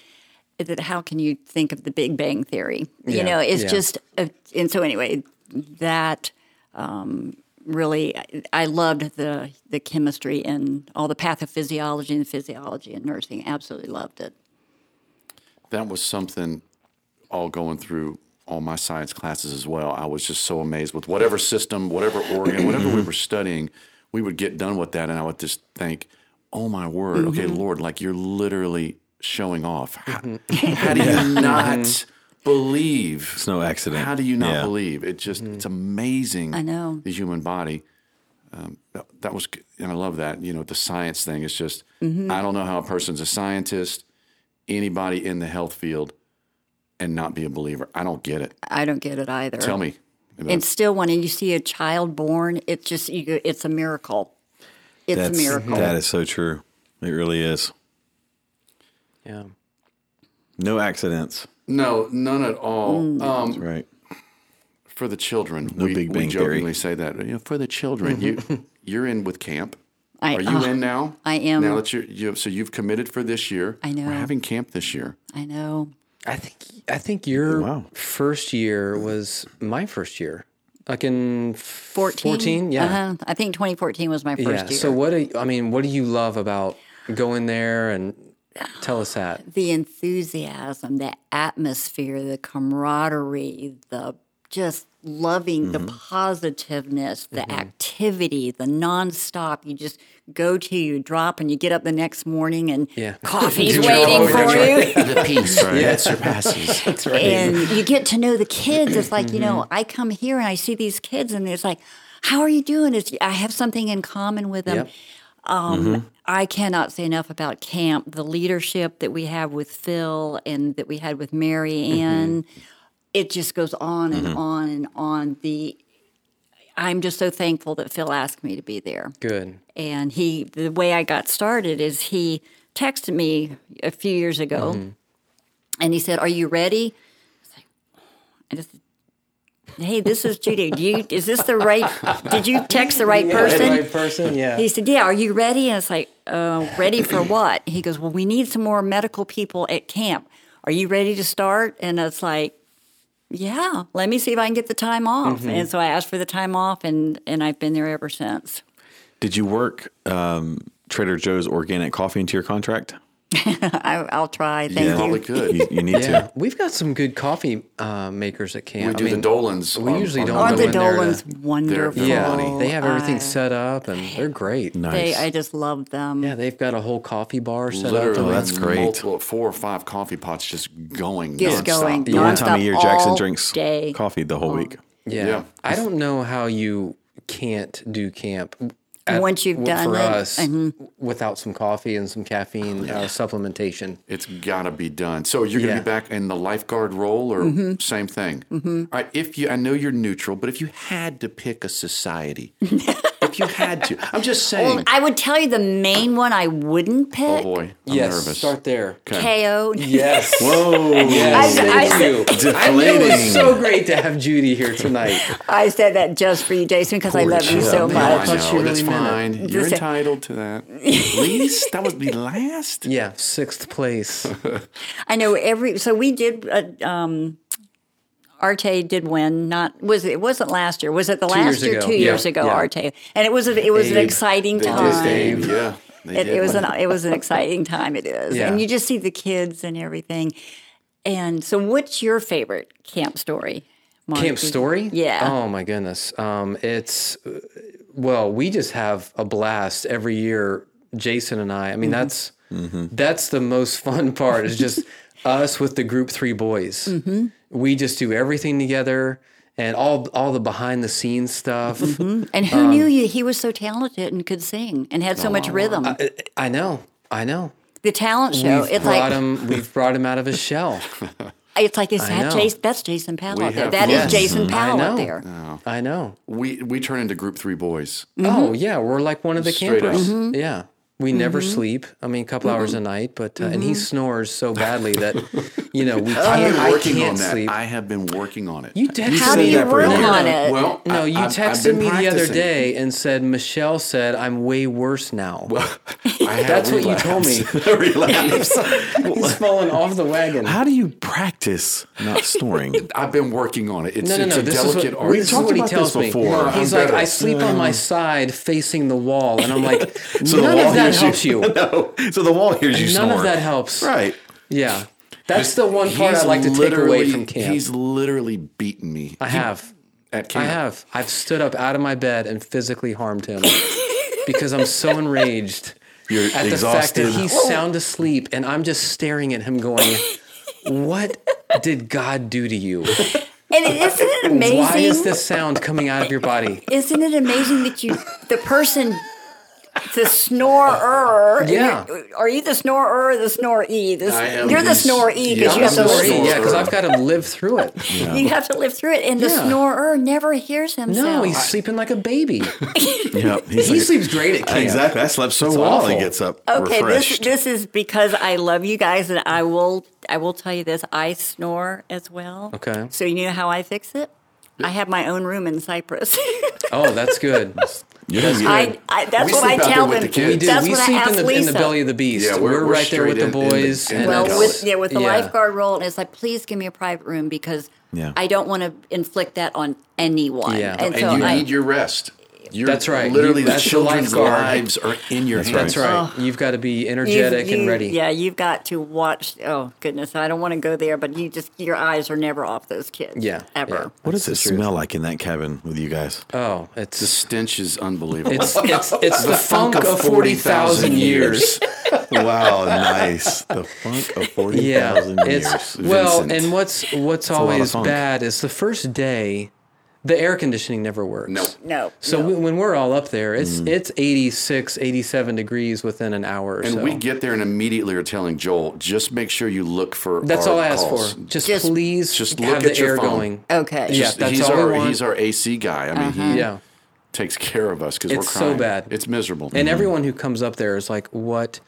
[SPEAKER 4] that how can you think of the Big Bang Theory?
[SPEAKER 2] Yeah,
[SPEAKER 4] You know, it's
[SPEAKER 2] yeah.
[SPEAKER 4] just, a, and so anyway, that um, really I- I loved the the chemistry and all the pathophysiology and physiology and nursing. Absolutely loved it.
[SPEAKER 3] That was something all going through all my science classes as well. I was just so amazed with whatever system, whatever organ, whatever we were studying, we would get done with that. And I would just think, oh my word, okay, Lord, like you're literally showing off. How, how do you not believe?
[SPEAKER 1] It's no accident.
[SPEAKER 3] How do you not
[SPEAKER 1] Yeah.
[SPEAKER 3] believe? It just it's amazing.
[SPEAKER 4] Mm. I know.
[SPEAKER 3] the human body. Um, that, that was, g- and I love that. You know, the science thing is just.
[SPEAKER 4] Mm-hmm.
[SPEAKER 3] I don't know how a person's a scientist, anybody in the health field, and not be a believer. I don't get it.
[SPEAKER 4] I don't get it either.
[SPEAKER 3] Tell me. about-
[SPEAKER 4] And still, when you see a child born, it's just you, go- it's a miracle. It's
[SPEAKER 1] That's,
[SPEAKER 4] a miracle.
[SPEAKER 1] That is so true. It really is.
[SPEAKER 2] Yeah.
[SPEAKER 1] No accidents,
[SPEAKER 3] no, none at all.
[SPEAKER 4] Mm.
[SPEAKER 3] Um,
[SPEAKER 1] right?
[SPEAKER 3] for the children, we,
[SPEAKER 1] Big
[SPEAKER 3] we
[SPEAKER 1] Bang Theory.
[SPEAKER 3] jokingly say that. You know, for the children, you you're in with camp.
[SPEAKER 4] Mm-hmm. I-
[SPEAKER 3] Are you
[SPEAKER 4] oh,
[SPEAKER 3] in now?
[SPEAKER 4] I am.
[SPEAKER 3] Now that you're, you so you've committed for this year.
[SPEAKER 4] I know.
[SPEAKER 3] We're having camp this year.
[SPEAKER 4] I know.
[SPEAKER 2] I think I think your
[SPEAKER 1] Wow.
[SPEAKER 2] first year was my first year. Like in
[SPEAKER 4] 14.
[SPEAKER 2] 14? Yeah.
[SPEAKER 4] Uh-huh. I think 2014 was my first
[SPEAKER 2] Yeah.
[SPEAKER 4] year.
[SPEAKER 2] So what do you, I mean, what do you love about going there and tell us that?
[SPEAKER 4] the enthusiasm, the atmosphere, the camaraderie, the just loving
[SPEAKER 2] Mm-hmm.
[SPEAKER 4] the positiveness, the activity, the nonstop. You just go to, you drop, and you get up the next morning, and
[SPEAKER 2] Yeah.
[SPEAKER 4] coffee's
[SPEAKER 2] You're
[SPEAKER 4] waiting
[SPEAKER 2] always-
[SPEAKER 4] for you.
[SPEAKER 3] the peace that surpasses. That's right.
[SPEAKER 4] and you get to know the kids. It's like, you know, I come here and I see these kids, and it's like, how are you doing? It's, I have something in common with them.
[SPEAKER 2] Yep.
[SPEAKER 4] Um, I cannot say enough about camp, the leadership that we have with Phil and that we had with Mary Ann. It just goes on and on and on. The I'm just so thankful that Phil asked me to be there.
[SPEAKER 2] Good.
[SPEAKER 4] And he, the way I got started is he texted me a few years ago, and he said, "Are you ready?" I was like, I just, "Hey, this is Judy. Do you is this the right? Did you text the right person?"
[SPEAKER 2] Right person. Yeah.
[SPEAKER 4] He said, "Yeah, are you ready?" And it's like, uh, "Ready for what?" He goes, "Well, we need some more medical people at camp. Are you ready to start?" And it's like, "Yeah, let me see if I can get the time off." And so I asked for the time off, and and I've been there ever since.
[SPEAKER 1] Did you work um, Trader Joe's organic coffee into your contract?
[SPEAKER 4] I, I'll try. Thank
[SPEAKER 1] Yeah.
[SPEAKER 4] you.
[SPEAKER 3] Probably could.
[SPEAKER 1] You, you need
[SPEAKER 2] Yeah.
[SPEAKER 1] to.
[SPEAKER 2] We've got some good coffee uh, makers at camp.
[SPEAKER 3] We do the Dolans.
[SPEAKER 2] we
[SPEAKER 3] on-
[SPEAKER 2] usually
[SPEAKER 3] on
[SPEAKER 2] don't
[SPEAKER 4] Aren't
[SPEAKER 2] go
[SPEAKER 4] the
[SPEAKER 2] in there to-
[SPEAKER 4] Dolans wonderful?
[SPEAKER 2] Yeah,
[SPEAKER 3] Funny.
[SPEAKER 2] they have everything
[SPEAKER 4] I-
[SPEAKER 2] set up and they're great.
[SPEAKER 4] They,
[SPEAKER 1] Nice.
[SPEAKER 4] I just love them.
[SPEAKER 2] Yeah, they've got a whole coffee bar set
[SPEAKER 3] Literally,
[SPEAKER 2] up.
[SPEAKER 1] that's great.
[SPEAKER 3] Multiple, four or five coffee pots just going.
[SPEAKER 4] Just
[SPEAKER 3] nonstop.
[SPEAKER 4] going.
[SPEAKER 1] the one time
[SPEAKER 4] nonstop
[SPEAKER 1] a year Jackson
[SPEAKER 4] all
[SPEAKER 1] drinks
[SPEAKER 4] day.
[SPEAKER 1] coffee the whole week.
[SPEAKER 2] Yeah.
[SPEAKER 3] Yeah.
[SPEAKER 2] I don't know how you can't do camp.
[SPEAKER 4] Once you've
[SPEAKER 2] w-
[SPEAKER 4] done
[SPEAKER 2] for
[SPEAKER 4] it,
[SPEAKER 2] us without some coffee and some
[SPEAKER 3] Oh,
[SPEAKER 2] caffeine uh, supplementation.
[SPEAKER 3] It's got to be done. So you're going to
[SPEAKER 2] Yeah.
[SPEAKER 3] be back in the lifeguard role, or
[SPEAKER 4] Mm-hmm.
[SPEAKER 3] same thing. All right. If you, I know you're neutral, but if you had to pick a society, if you had to, I'm just saying.
[SPEAKER 4] Oh, I would tell you the main one I wouldn't pick.
[SPEAKER 3] oh boy, I'm
[SPEAKER 2] yes,
[SPEAKER 3] nervous.
[SPEAKER 2] start there.
[SPEAKER 4] KO.
[SPEAKER 2] Yes.
[SPEAKER 1] Whoa.
[SPEAKER 2] Yes,
[SPEAKER 4] I-
[SPEAKER 2] thank
[SPEAKER 4] I-
[SPEAKER 2] you. I knew it was so great to have Judy here tonight.
[SPEAKER 4] I said that just for you, Jason, because I love you
[SPEAKER 2] child.
[SPEAKER 4] so
[SPEAKER 2] No,
[SPEAKER 3] No, I
[SPEAKER 4] much.
[SPEAKER 2] thought
[SPEAKER 3] know,
[SPEAKER 2] you
[SPEAKER 3] that's
[SPEAKER 2] really meant it.
[SPEAKER 3] fine. You're
[SPEAKER 4] Just-
[SPEAKER 3] entitled to that. Least that would be last.
[SPEAKER 2] Yeah, sixth place.
[SPEAKER 4] I know every. So we did. Uh, um, Arte did win. Not was it? it Wasn't last year. Was it the last
[SPEAKER 2] years
[SPEAKER 4] year?
[SPEAKER 2] ago.
[SPEAKER 4] Two
[SPEAKER 2] Yeah,
[SPEAKER 4] years ago,
[SPEAKER 2] yeah.
[SPEAKER 4] Arte, and it was. A, it was an
[SPEAKER 2] Abe.
[SPEAKER 4] exciting
[SPEAKER 3] Just
[SPEAKER 4] time.
[SPEAKER 3] Dave, yeah. they
[SPEAKER 4] It,
[SPEAKER 3] did.
[SPEAKER 4] it was an. It was an exciting time. It is,
[SPEAKER 2] Yeah.
[SPEAKER 4] and you just see the kids and everything. And so, what's your favorite camp story? Monty?
[SPEAKER 2] Camp Story?
[SPEAKER 4] Yeah.
[SPEAKER 2] Oh my goodness. Um, it's uh, well, we just have a blast every year. Jason and I. I
[SPEAKER 4] Mm-hmm.
[SPEAKER 2] mean, that's that's the most fun part. Is just us with the group three boys.
[SPEAKER 4] Mm-hmm.
[SPEAKER 2] We just do everything together and all all the behind the scenes stuff.
[SPEAKER 4] And who knew
[SPEAKER 2] Um,
[SPEAKER 4] you? He was so talented and could sing and had so much rhythm.
[SPEAKER 2] I, Uh, I know. I know.
[SPEAKER 4] the talent show.
[SPEAKER 2] we've
[SPEAKER 4] It's
[SPEAKER 2] brought
[SPEAKER 4] like
[SPEAKER 2] him. We've brought him out of his shell.
[SPEAKER 4] it's like is that
[SPEAKER 2] know.
[SPEAKER 4] Jason? That's Jason Powell.
[SPEAKER 3] We
[SPEAKER 4] out there.
[SPEAKER 3] have
[SPEAKER 4] That
[SPEAKER 3] Yes.
[SPEAKER 4] is Jason
[SPEAKER 2] I
[SPEAKER 4] Powell
[SPEAKER 2] know.
[SPEAKER 4] out there.
[SPEAKER 2] I know.
[SPEAKER 3] we we turn into group three boys.
[SPEAKER 4] Mm-hmm.
[SPEAKER 2] Oh yeah, we're like one of the
[SPEAKER 3] Straight up.
[SPEAKER 2] campers. Yeah, we never sleep. I mean, a couple
[SPEAKER 4] Mm-hmm.
[SPEAKER 2] hours a night, but uh, and he snores so badly that you know we
[SPEAKER 3] I've
[SPEAKER 2] can't,
[SPEAKER 3] been
[SPEAKER 2] I
[SPEAKER 3] working
[SPEAKER 2] can't
[SPEAKER 3] on that.
[SPEAKER 2] sleep.
[SPEAKER 3] I have been working on it.
[SPEAKER 2] you texted
[SPEAKER 4] How
[SPEAKER 1] say
[SPEAKER 4] do you
[SPEAKER 1] that for
[SPEAKER 4] work
[SPEAKER 1] a year.
[SPEAKER 4] on it?
[SPEAKER 3] Well,
[SPEAKER 2] no,
[SPEAKER 3] I-
[SPEAKER 2] you
[SPEAKER 3] I've- I've
[SPEAKER 2] texted
[SPEAKER 3] been
[SPEAKER 2] me the other
[SPEAKER 3] practicing.
[SPEAKER 2] day and said Michelle said I'm way worse now.
[SPEAKER 3] I had
[SPEAKER 2] That's what you told me.
[SPEAKER 3] relapse.
[SPEAKER 2] He's falling off the wagon.
[SPEAKER 1] How do you practice not snoring?
[SPEAKER 3] I've been working on it. It's,
[SPEAKER 2] No, no,
[SPEAKER 3] it's
[SPEAKER 2] no.
[SPEAKER 3] a
[SPEAKER 2] This is
[SPEAKER 3] delicate
[SPEAKER 2] what,
[SPEAKER 3] art.
[SPEAKER 2] this is what he
[SPEAKER 1] about
[SPEAKER 2] tells
[SPEAKER 1] this
[SPEAKER 2] me.
[SPEAKER 1] before. No,
[SPEAKER 2] He's
[SPEAKER 3] I'm
[SPEAKER 2] like,
[SPEAKER 3] better.
[SPEAKER 2] I sleep on
[SPEAKER 4] Mm.
[SPEAKER 2] my side facing the wall, and I'm like,
[SPEAKER 1] So the
[SPEAKER 2] none
[SPEAKER 1] wall
[SPEAKER 2] of that
[SPEAKER 1] hears you.
[SPEAKER 2] helps you.
[SPEAKER 1] no. So the wall hears you
[SPEAKER 2] None
[SPEAKER 1] snore.
[SPEAKER 2] of that helps.
[SPEAKER 1] Right.
[SPEAKER 2] Yeah. That's the one part I'd like to take away
[SPEAKER 3] literally-
[SPEAKER 2] from camp.
[SPEAKER 3] He's literally beaten me
[SPEAKER 2] I have.
[SPEAKER 3] at
[SPEAKER 2] I
[SPEAKER 3] camp.
[SPEAKER 2] have. I've stood up out of my bed and physically harmed him because I'm so enraged
[SPEAKER 1] You're
[SPEAKER 2] at
[SPEAKER 1] exhausted. Oh.
[SPEAKER 2] the fact that he's sound asleep and I'm just staring at him going, What did God do to you?
[SPEAKER 4] And it, isn't it amazing?
[SPEAKER 2] Why is this sound coming out of your body?
[SPEAKER 4] Isn't it amazing that you, the person, the snorer?
[SPEAKER 2] Yeah.
[SPEAKER 4] Are you the snorer or the snoree? The,
[SPEAKER 3] I am
[SPEAKER 4] you're the
[SPEAKER 3] the
[SPEAKER 4] snoree because
[SPEAKER 3] yeah,
[SPEAKER 4] you have to
[SPEAKER 3] I'm the
[SPEAKER 4] live.
[SPEAKER 3] snorer.
[SPEAKER 2] Yeah, because I've got to live through it.
[SPEAKER 4] You have to live through it, and the
[SPEAKER 2] Yeah.
[SPEAKER 4] snorer never hears himself.
[SPEAKER 2] No, he's sleeping like a baby.
[SPEAKER 1] Yeah. He's
[SPEAKER 2] He
[SPEAKER 1] like-
[SPEAKER 2] sleeps great at camp.
[SPEAKER 1] Exactly. I slept so well. He
[SPEAKER 2] awful.
[SPEAKER 1] gets up
[SPEAKER 4] Okay, this,
[SPEAKER 1] refreshed.
[SPEAKER 4] this is because I love you guys, and I will I will tell you this: I snore as well.
[SPEAKER 2] Okay.
[SPEAKER 4] So you know how I fix it? I have my own room in Cyprus.
[SPEAKER 2] Oh, that's good.
[SPEAKER 1] You're gonna get-
[SPEAKER 4] I, I, that's
[SPEAKER 3] We
[SPEAKER 4] what I
[SPEAKER 3] sleep out there
[SPEAKER 4] tell
[SPEAKER 3] with
[SPEAKER 4] them.
[SPEAKER 3] the kids.
[SPEAKER 2] We do.
[SPEAKER 4] That's
[SPEAKER 2] we
[SPEAKER 4] what
[SPEAKER 2] sleep
[SPEAKER 4] I ask
[SPEAKER 2] in, the, in
[SPEAKER 4] Lisa.
[SPEAKER 2] the belly of the beast.
[SPEAKER 3] Yeah,
[SPEAKER 2] we're,
[SPEAKER 3] we're- we're
[SPEAKER 2] right there with
[SPEAKER 3] straight
[SPEAKER 2] the
[SPEAKER 3] in- in the-
[SPEAKER 2] boys.
[SPEAKER 3] in
[SPEAKER 2] and
[SPEAKER 3] the
[SPEAKER 2] that's-
[SPEAKER 3] belly.
[SPEAKER 4] Well, with, yeah, with the
[SPEAKER 2] yeah.
[SPEAKER 4] lifeguard role, and it's like, please give me a private room because
[SPEAKER 1] Yeah.
[SPEAKER 4] I don't want to inflict that on anyone.
[SPEAKER 2] Yeah.
[SPEAKER 3] and
[SPEAKER 4] And, so
[SPEAKER 3] you
[SPEAKER 4] I,
[SPEAKER 3] need your rest. You're,
[SPEAKER 2] That's right.
[SPEAKER 3] Literally,
[SPEAKER 2] You-
[SPEAKER 3] the
[SPEAKER 2] that's the
[SPEAKER 3] children's
[SPEAKER 2] lifeguard.
[SPEAKER 3] lives are in your
[SPEAKER 2] That's
[SPEAKER 3] hands.
[SPEAKER 2] right. You've got to be energetic
[SPEAKER 4] you've-
[SPEAKER 2] and
[SPEAKER 4] you-
[SPEAKER 2] ready.
[SPEAKER 4] Yeah, you've got to watch. Oh goodness, I don't want to go there, but you just your eyes are never off those kids.
[SPEAKER 2] Yeah,
[SPEAKER 4] ever.
[SPEAKER 1] what does it smell like in that cabin with you guys?
[SPEAKER 2] Oh,
[SPEAKER 3] The
[SPEAKER 2] it's
[SPEAKER 3] stench is unbelievable.
[SPEAKER 2] it's it's it's the, funk of, forty thousand years.
[SPEAKER 1] wow, nice. The funk of forty
[SPEAKER 2] Yeah,
[SPEAKER 1] thousand
[SPEAKER 2] it's
[SPEAKER 1] years.
[SPEAKER 2] well,
[SPEAKER 3] Vincent.
[SPEAKER 2] and what's what's
[SPEAKER 1] lot of
[SPEAKER 2] always
[SPEAKER 1] funk.
[SPEAKER 2] bad is the first day, the air conditioning never works.
[SPEAKER 3] No.
[SPEAKER 4] No.
[SPEAKER 2] So when- when we're all up there, it's
[SPEAKER 3] Mm.
[SPEAKER 2] it's 86, 87 degrees within an hour or
[SPEAKER 3] And
[SPEAKER 2] so.
[SPEAKER 3] we get there and immediately are telling Joel, just make sure you look for.
[SPEAKER 2] That's
[SPEAKER 3] our
[SPEAKER 2] all I ask
[SPEAKER 3] calls.
[SPEAKER 2] for. Just,
[SPEAKER 4] Just-
[SPEAKER 2] please
[SPEAKER 3] Just
[SPEAKER 2] have
[SPEAKER 3] look
[SPEAKER 2] the
[SPEAKER 3] at your
[SPEAKER 2] air
[SPEAKER 3] phone.
[SPEAKER 2] going.
[SPEAKER 4] Okay.
[SPEAKER 2] Yeah.
[SPEAKER 3] Just-
[SPEAKER 2] that's
[SPEAKER 3] he's
[SPEAKER 2] all we
[SPEAKER 3] our
[SPEAKER 2] want.
[SPEAKER 3] he's our AC guy. I mean, he
[SPEAKER 2] Yeah.
[SPEAKER 3] takes care of us because we're
[SPEAKER 2] It's so
[SPEAKER 3] crying.
[SPEAKER 2] bad.
[SPEAKER 3] It's miserable.
[SPEAKER 2] And everyone who comes up there is like, what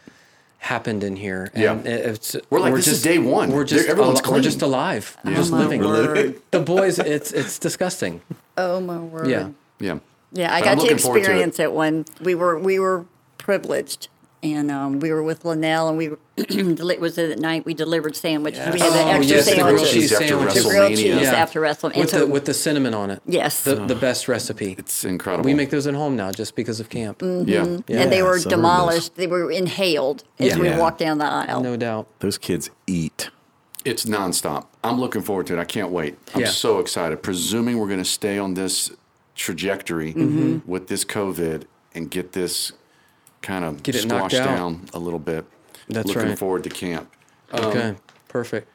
[SPEAKER 2] happened in here? And
[SPEAKER 3] Yeah.
[SPEAKER 2] it- it's,
[SPEAKER 3] We're like, "This is day one.
[SPEAKER 2] We're just,
[SPEAKER 3] They're- everyone's
[SPEAKER 2] al- we're just
[SPEAKER 3] clean."
[SPEAKER 2] alive. We're
[SPEAKER 3] Yeah.
[SPEAKER 2] just
[SPEAKER 4] Oh my
[SPEAKER 2] living.
[SPEAKER 4] word.
[SPEAKER 2] The boys, it's it's disgusting.
[SPEAKER 4] Oh my word.
[SPEAKER 2] Yeah.
[SPEAKER 3] yeah.
[SPEAKER 4] Yeah, I
[SPEAKER 3] But I'm
[SPEAKER 4] got to
[SPEAKER 3] looking forward to it.
[SPEAKER 4] experience it when we were we were privileged, and um, we were with Linnell, and we were, deli- was it at night we delivered sandwiches. We had the
[SPEAKER 2] Oh,
[SPEAKER 4] extra
[SPEAKER 2] yes, the grilled
[SPEAKER 4] sandwiches.
[SPEAKER 2] cheese
[SPEAKER 3] After
[SPEAKER 2] sandwiches.
[SPEAKER 4] The grilled
[SPEAKER 3] WrestleMania.
[SPEAKER 4] cheese
[SPEAKER 3] Yeah.
[SPEAKER 4] after wrestling. And
[SPEAKER 2] With,
[SPEAKER 4] so,
[SPEAKER 2] the, with the cinnamon on it.
[SPEAKER 4] yes,
[SPEAKER 2] The, the best recipe.
[SPEAKER 3] It's incredible.
[SPEAKER 2] We make those at home now just because of camp.
[SPEAKER 4] Mm. Mm-hmm.
[SPEAKER 3] yeah.
[SPEAKER 4] and
[SPEAKER 1] Yeah,
[SPEAKER 4] they were
[SPEAKER 1] so they're
[SPEAKER 4] demolished. They were inhaled as we
[SPEAKER 1] Yeah.
[SPEAKER 4] walked down the aisle.
[SPEAKER 2] No doubt.
[SPEAKER 1] Those kids eat.
[SPEAKER 3] It's nonstop. I'm looking forward to it. I can't wait. I'm
[SPEAKER 2] Yeah.
[SPEAKER 3] so excited. Presuming we're going to stay on this trajectory
[SPEAKER 2] Mm-hmm.
[SPEAKER 3] with this COVID and get this kind of
[SPEAKER 2] Get it knocked
[SPEAKER 3] squashed
[SPEAKER 2] out.
[SPEAKER 3] down a little bit.
[SPEAKER 2] That's
[SPEAKER 3] looking
[SPEAKER 2] right.
[SPEAKER 3] forward to camp.
[SPEAKER 2] okay. Perfect.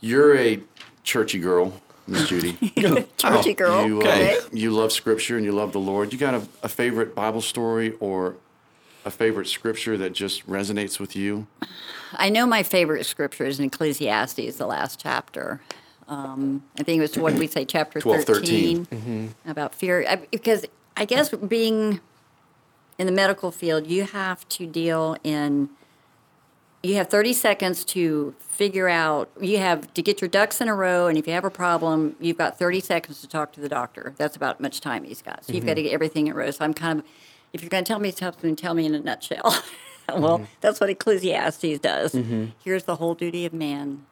[SPEAKER 3] You're a churchy girl, Miss Judy.
[SPEAKER 4] Churchy girl.
[SPEAKER 3] You,
[SPEAKER 4] okay.
[SPEAKER 3] uh, you love scripture and you love the Lord. You got a, a favorite Bible story or a favorite scripture that just resonates with you?
[SPEAKER 4] I know my favorite scripture is in Ecclesiastes, the last chapter. Um, I think it was what we say, chapter
[SPEAKER 3] 12,
[SPEAKER 4] 13, about fear. I, because I guess being in the medical field, you have to deal in, you have 30 seconds to figure out, you have to get your ducks in a row. And if you have a problem, you've got 30 seconds to talk to the doctor. That's about much time he's got. So you've got to get everything in a row. So I'm kind of, if you're going to tell me something, tell me in a nutshell. well, that's what Ecclesiastes does. Here's the whole duty of man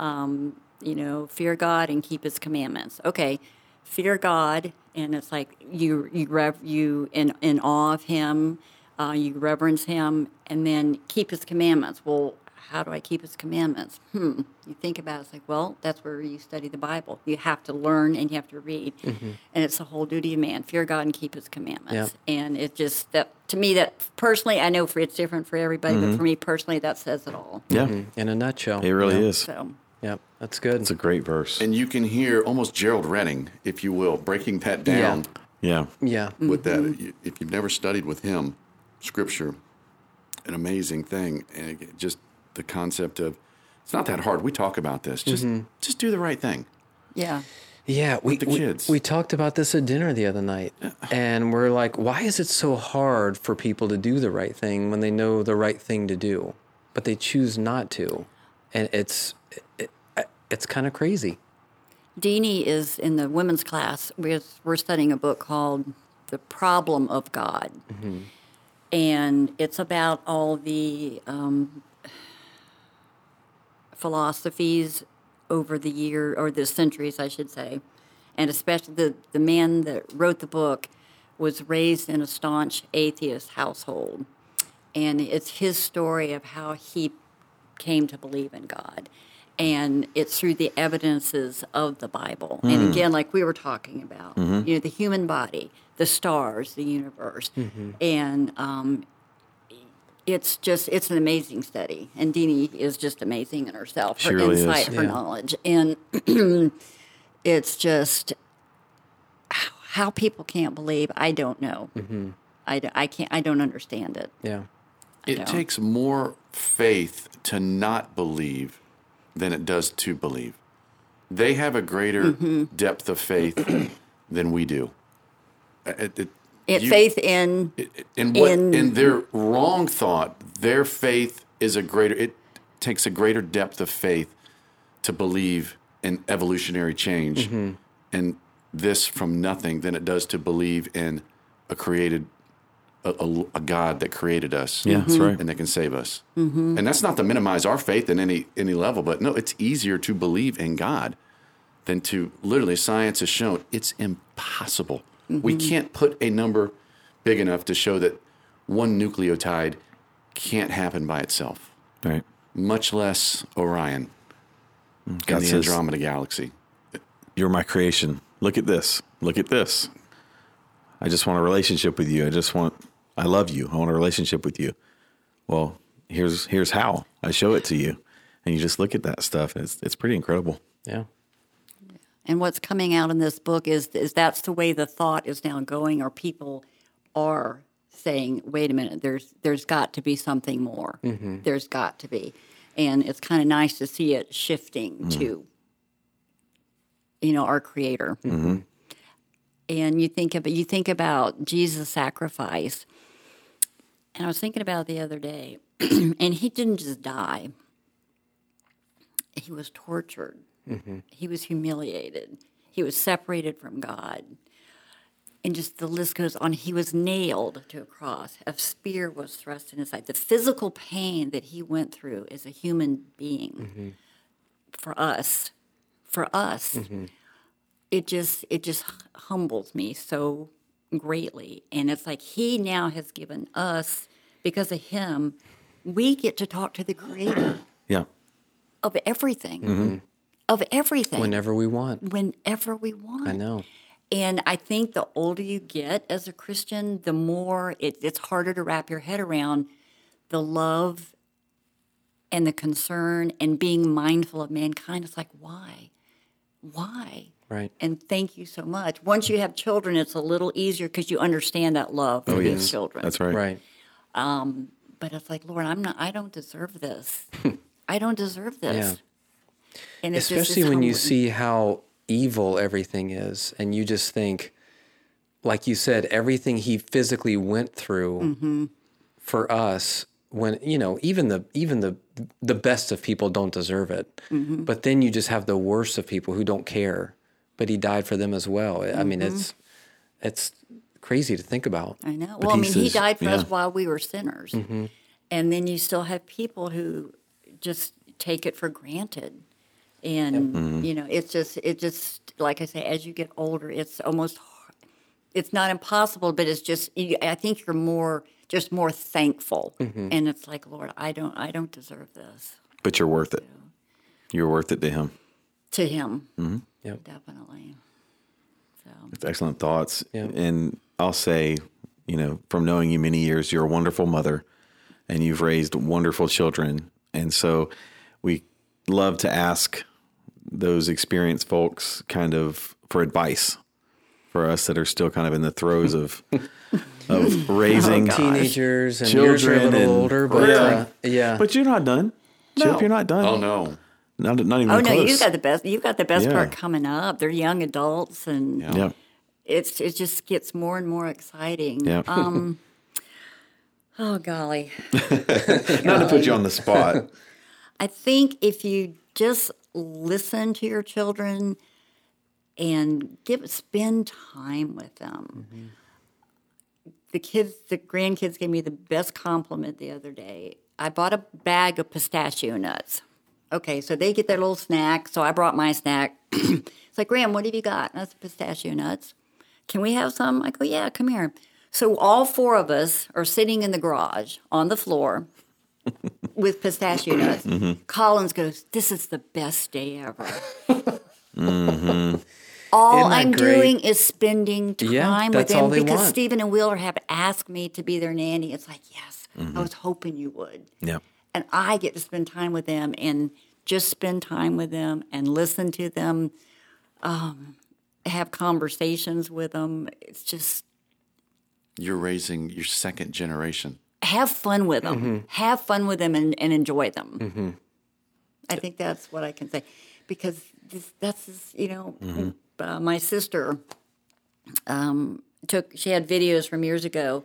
[SPEAKER 4] you know, fear God and keep His commandments. Okay, fear God, and it's like you you rev you in in awe of Him, uh, you reverence Him, and then keep His commandments. Well, how do I keep His commandments? Hmm. You think about it, it's like well, that's where you study the Bible. You have to learn and you have to read, and it's the whole duty of man: fear God and keep His commandments. And it just that to me that personally, I know for it's different for everybody, but for me personally, that says it all.
[SPEAKER 1] Yeah,
[SPEAKER 2] In a nutshell.
[SPEAKER 1] it really
[SPEAKER 2] Mm-hmm. Yeah.
[SPEAKER 1] is.
[SPEAKER 4] So.
[SPEAKER 2] Yep. That's good.
[SPEAKER 1] It's a great verse.
[SPEAKER 3] And you can hear almost Gerald Renning, if you will, breaking that down.
[SPEAKER 1] Yeah,
[SPEAKER 2] yeah.
[SPEAKER 3] with that.
[SPEAKER 4] Mm-hmm.
[SPEAKER 3] You- If you've never studied with him, scripture, an amazing thing, and it- just the concept of it's not that hard. We talk about this. Just
[SPEAKER 4] Mm-hmm.
[SPEAKER 3] just do the right thing.
[SPEAKER 4] Yeah.
[SPEAKER 2] Yeah, we,
[SPEAKER 3] the
[SPEAKER 2] we-
[SPEAKER 3] kids.
[SPEAKER 2] we talked about this at dinner the other night, and we're like, why is it so hard for people to do the right thing when they know the right thing to do, but they choose not to, and it's it, it's kind of crazy.
[SPEAKER 4] Deanie is in the women's class. We're, we're studying a book called The Problem of God. And it's about all the um, philosophies over the year, or the centuries, I should say. And especially the, the man that wrote the book was raised in a staunch atheist household. And it's his story of how he came to believe in God. And it's through the evidences of the Bible.
[SPEAKER 1] Hmm.
[SPEAKER 4] And again, like we were talking about,
[SPEAKER 1] Mm-hmm.
[SPEAKER 4] you know, the human body, the stars, the universe.
[SPEAKER 1] Mm-hmm.
[SPEAKER 4] And um, it's just, it's an amazing study. And Deanie is just amazing in herself,
[SPEAKER 1] She
[SPEAKER 4] her
[SPEAKER 1] really is,
[SPEAKER 4] insight, her
[SPEAKER 2] yeah.
[SPEAKER 4] knowledge. And it's just how- how people can't believe, I don't know.
[SPEAKER 1] Mm-hmm.
[SPEAKER 4] I, d- I can't, I don't understand it.
[SPEAKER 2] Yeah,
[SPEAKER 3] It
[SPEAKER 4] know.
[SPEAKER 3] takes more faith to not believe than it does to believe. They have a greater
[SPEAKER 4] Mm-hmm.
[SPEAKER 3] depth of faith than we do. Uh, It- it-
[SPEAKER 4] It,
[SPEAKER 3] you-
[SPEAKER 4] faith in
[SPEAKER 3] in what in,
[SPEAKER 4] in-
[SPEAKER 3] their wrong thought, their faith is a greater. It takes a greater depth of faith to believe in evolutionary
[SPEAKER 4] Mm-hmm.
[SPEAKER 3] change and this from nothing than it does to believe in a created a, a- a God that created us.
[SPEAKER 1] Yeah, that's right.
[SPEAKER 3] And that can save us. And that's not to minimize our faith in any any level, but no, it's easier to believe in God than to literally science has shown it's impossible. We can't put a number big enough to show that one nucleotide can't happen by itself,
[SPEAKER 1] Right.
[SPEAKER 3] much less Orion and
[SPEAKER 1] Mm, God
[SPEAKER 3] the
[SPEAKER 1] says-
[SPEAKER 3] Andromeda galaxy.
[SPEAKER 1] You're my creation. Look at this. Look at this. I just want a relationship with you. I just want I love you. I want a relationship with you. Well, here's here's how. I show it to you. And you just look at that stuff. It's it's pretty incredible.
[SPEAKER 2] Yeah.
[SPEAKER 4] And what's coming out in this book is is that's the way the thought is now going, or people are saying, "Wait a minute, there's there's got to be something more. There's got to be," and it's kind of nice to see it shifting to, you know, our Creator. And you think about you think about Jesus' sacrifice, and I was thinking about it the other day, and he didn't just die; he was tortured. He was humiliated. He was separated from God. And just the list goes on. He was nailed to a cross. A spear was thrust in his side. The physical pain that he went through as a human being for us, for us, it just it just h- humbles me so greatly. And it's like he now has given us because of him, we get to talk to the creator
[SPEAKER 1] Yeah.
[SPEAKER 4] of everything. Of everything
[SPEAKER 2] Whenever we want.
[SPEAKER 4] whenever we want.
[SPEAKER 2] I know.
[SPEAKER 4] And I think the older you get as a Christian, the more it, it's harder to wrap your head around the love and the concern and being mindful of mankind. It's like, why? Why?
[SPEAKER 2] Right.
[SPEAKER 4] And thank you so much. Once you have children, it's a little easier because you understand that love for these children.
[SPEAKER 1] That's right.
[SPEAKER 2] Oh, Right.
[SPEAKER 4] But it's like, Lord, I'm not. I don't deserve this. I don't deserve this.
[SPEAKER 2] Yeah.
[SPEAKER 4] And it's just- it's
[SPEAKER 2] especially when you
[SPEAKER 4] humbling.
[SPEAKER 2] see how evil everything is and you just think like you said everything he physically went through
[SPEAKER 4] Mm-hmm.
[SPEAKER 2] for us when you know even the even the the best of people don't deserve it
[SPEAKER 4] Mm-hmm.
[SPEAKER 2] but then you just have the worst of people who don't care but he died for them as well I- i mean it's it's crazy to think about
[SPEAKER 4] Mm-hmm. I know. well, I
[SPEAKER 1] he
[SPEAKER 4] mean, he
[SPEAKER 1] says-
[SPEAKER 4] died for
[SPEAKER 1] yeah. Mm-hmm.
[SPEAKER 4] us while we were sinners. And then you still have people who just take it for granted. And
[SPEAKER 1] Mm-hmm.
[SPEAKER 4] you know, it's just it just like I say as you get older, it's almost har- it's not impossible, but it's just you, I think you're more just more thankful.
[SPEAKER 1] Mm-hmm.
[SPEAKER 4] And it's like, Lord, I don't I don't deserve this
[SPEAKER 1] But you're worth it. You're worth it to him.
[SPEAKER 4] to him.
[SPEAKER 1] Mm-hmm.
[SPEAKER 2] Yep.
[SPEAKER 4] Definitely. So
[SPEAKER 1] It's excellent thoughts.
[SPEAKER 2] Yeah.
[SPEAKER 1] And I'll say, you know, from knowing you many years, you're a wonderful mother and you've raised wonderful children. And so we love to ask those experienced folks kind of for advice for us that are still kind of in the throes of of raising
[SPEAKER 2] teenagers and yours are a
[SPEAKER 1] Children
[SPEAKER 2] little
[SPEAKER 1] and-
[SPEAKER 2] older but uh, yeah
[SPEAKER 1] But you're not done. Chip, you're not done.
[SPEAKER 3] Oh no.
[SPEAKER 1] Not, not even
[SPEAKER 4] Oh
[SPEAKER 1] close.
[SPEAKER 4] no, you've got the best. You've got the best
[SPEAKER 1] Yeah.
[SPEAKER 4] part coming up. They're young adults, and
[SPEAKER 1] yeah.
[SPEAKER 4] it's it just gets more and more exciting.
[SPEAKER 1] Yeah.
[SPEAKER 4] Um, oh golly,
[SPEAKER 1] Not to put you on the spot.
[SPEAKER 4] I think if you just listen to your children and give spend time with them. The kids, the grandkids gave me the best compliment the other day. I bought a bag of pistachio nuts. Okay, so they get their little snack. So I brought my snack. it's like, Graham, what have you got? And I said, pistachio nuts. Can we have some? I go, yeah, come here. So all four of us are sitting in the garage on the floor with pistachio nuts.
[SPEAKER 2] Mm-hmm.
[SPEAKER 4] Collins goes, This is the best day ever. All
[SPEAKER 2] Mm-hmm. Isn't that
[SPEAKER 4] I'm
[SPEAKER 2] great?
[SPEAKER 4] doing is spending time
[SPEAKER 2] Yeah,
[SPEAKER 4] with
[SPEAKER 2] that's all
[SPEAKER 4] them
[SPEAKER 2] they
[SPEAKER 4] because
[SPEAKER 2] want.
[SPEAKER 4] Stephen and Wheeler have asked me to be their nanny. It's like, Yes,
[SPEAKER 2] Mm-hmm.
[SPEAKER 4] I was hoping you would.
[SPEAKER 1] yeah.
[SPEAKER 4] And I get to spend time with them and just spend time with them and listen to them, um, have conversations with them. It's just
[SPEAKER 3] You're raising your second generation.
[SPEAKER 4] have fun with them. Have fun with them and, and enjoy them. I think that's what I can say, because this, that's just, you know, uh, my sister um, took she had videos from years ago,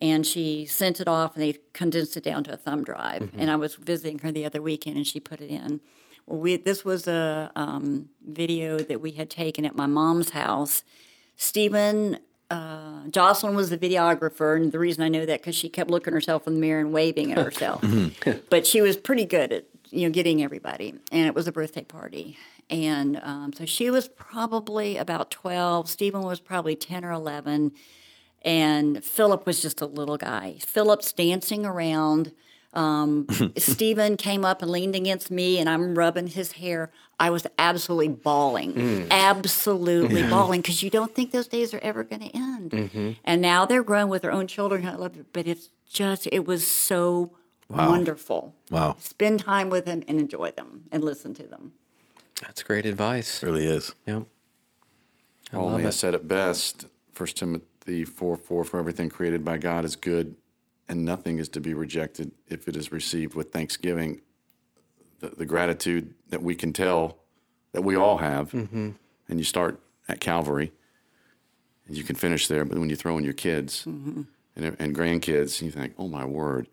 [SPEAKER 4] and she sent it off, and they condensed it down to a thumb drive. And I was visiting her the other weekend, and she put it in. Well, we, this was a um, video that we had taken at my mom's house. Stephen uh, Jocelyn was the videographer, and the reason I know that because she kept looking herself in the mirror and waving at herself. but she was pretty good at you know getting everybody, and it was a birthday party, and um, so she was probably about twelve. Stephen was probably ten or eleven, and Philip was just a little guy. Philip's dancing around. Um, Stephen came up and leaned against me, and I'm rubbing his hair. I was absolutely bawling,
[SPEAKER 3] Mm.
[SPEAKER 4] absolutely bawling, because you don't think those days are ever going to end.
[SPEAKER 3] Mm-hmm.
[SPEAKER 4] And now they're grown with their own children. I love it, but it's just it was so wonderful.
[SPEAKER 1] Wow.
[SPEAKER 4] Spend time with them and enjoy them and listen to them.
[SPEAKER 2] That's great advice.
[SPEAKER 1] Really is.
[SPEAKER 2] Yeah.
[SPEAKER 3] Paul Laner said it best. First Timothy four four for everything created by God is good, and nothing is to be rejected if it is received with thanksgiving. The, the gratitude that we can tell that we all have, and you start at Calvary, and you can finish there. But when you throw in your kids and, and grandkids, you think, "Oh my word,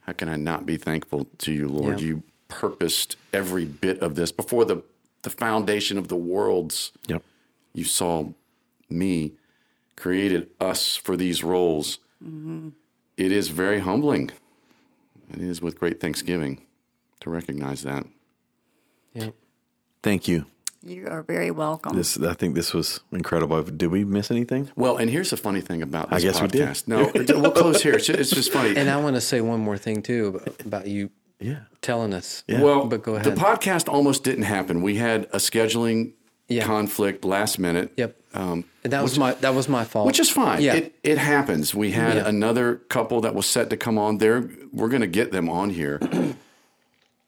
[SPEAKER 3] how can I not be thankful to you, Lord?
[SPEAKER 2] Yeah.
[SPEAKER 3] You purposed every bit of this before the the foundation of the worlds."
[SPEAKER 1] Yep.
[SPEAKER 3] you saw me created us for these roles
[SPEAKER 2] Mm-hmm.
[SPEAKER 3] It is very humbling it is with great thanksgiving to recognize that
[SPEAKER 2] Yeah.
[SPEAKER 1] Thank you.
[SPEAKER 4] You are very welcome.
[SPEAKER 1] This I think this was incredible. Did we miss anything?
[SPEAKER 3] well and here's the funny thing about this
[SPEAKER 1] guess we did.
[SPEAKER 3] podcast we did. no we'll close here it's just, it's just funny
[SPEAKER 2] And I want to say one more thing too ab- about you
[SPEAKER 1] Yeah.
[SPEAKER 2] telling us.
[SPEAKER 3] well
[SPEAKER 2] but go
[SPEAKER 3] the
[SPEAKER 2] ahead.
[SPEAKER 3] podcast almost didn't happen we had a scheduling
[SPEAKER 2] Yeah.
[SPEAKER 3] conflict last minute
[SPEAKER 2] Yep.
[SPEAKER 3] um,
[SPEAKER 2] And that was my that was my fault.
[SPEAKER 3] which is fine.
[SPEAKER 2] Yeah.
[SPEAKER 3] It, it happens. We had
[SPEAKER 2] Yeah.
[SPEAKER 3] another couple that was set to come on. There, we're going to get them on here.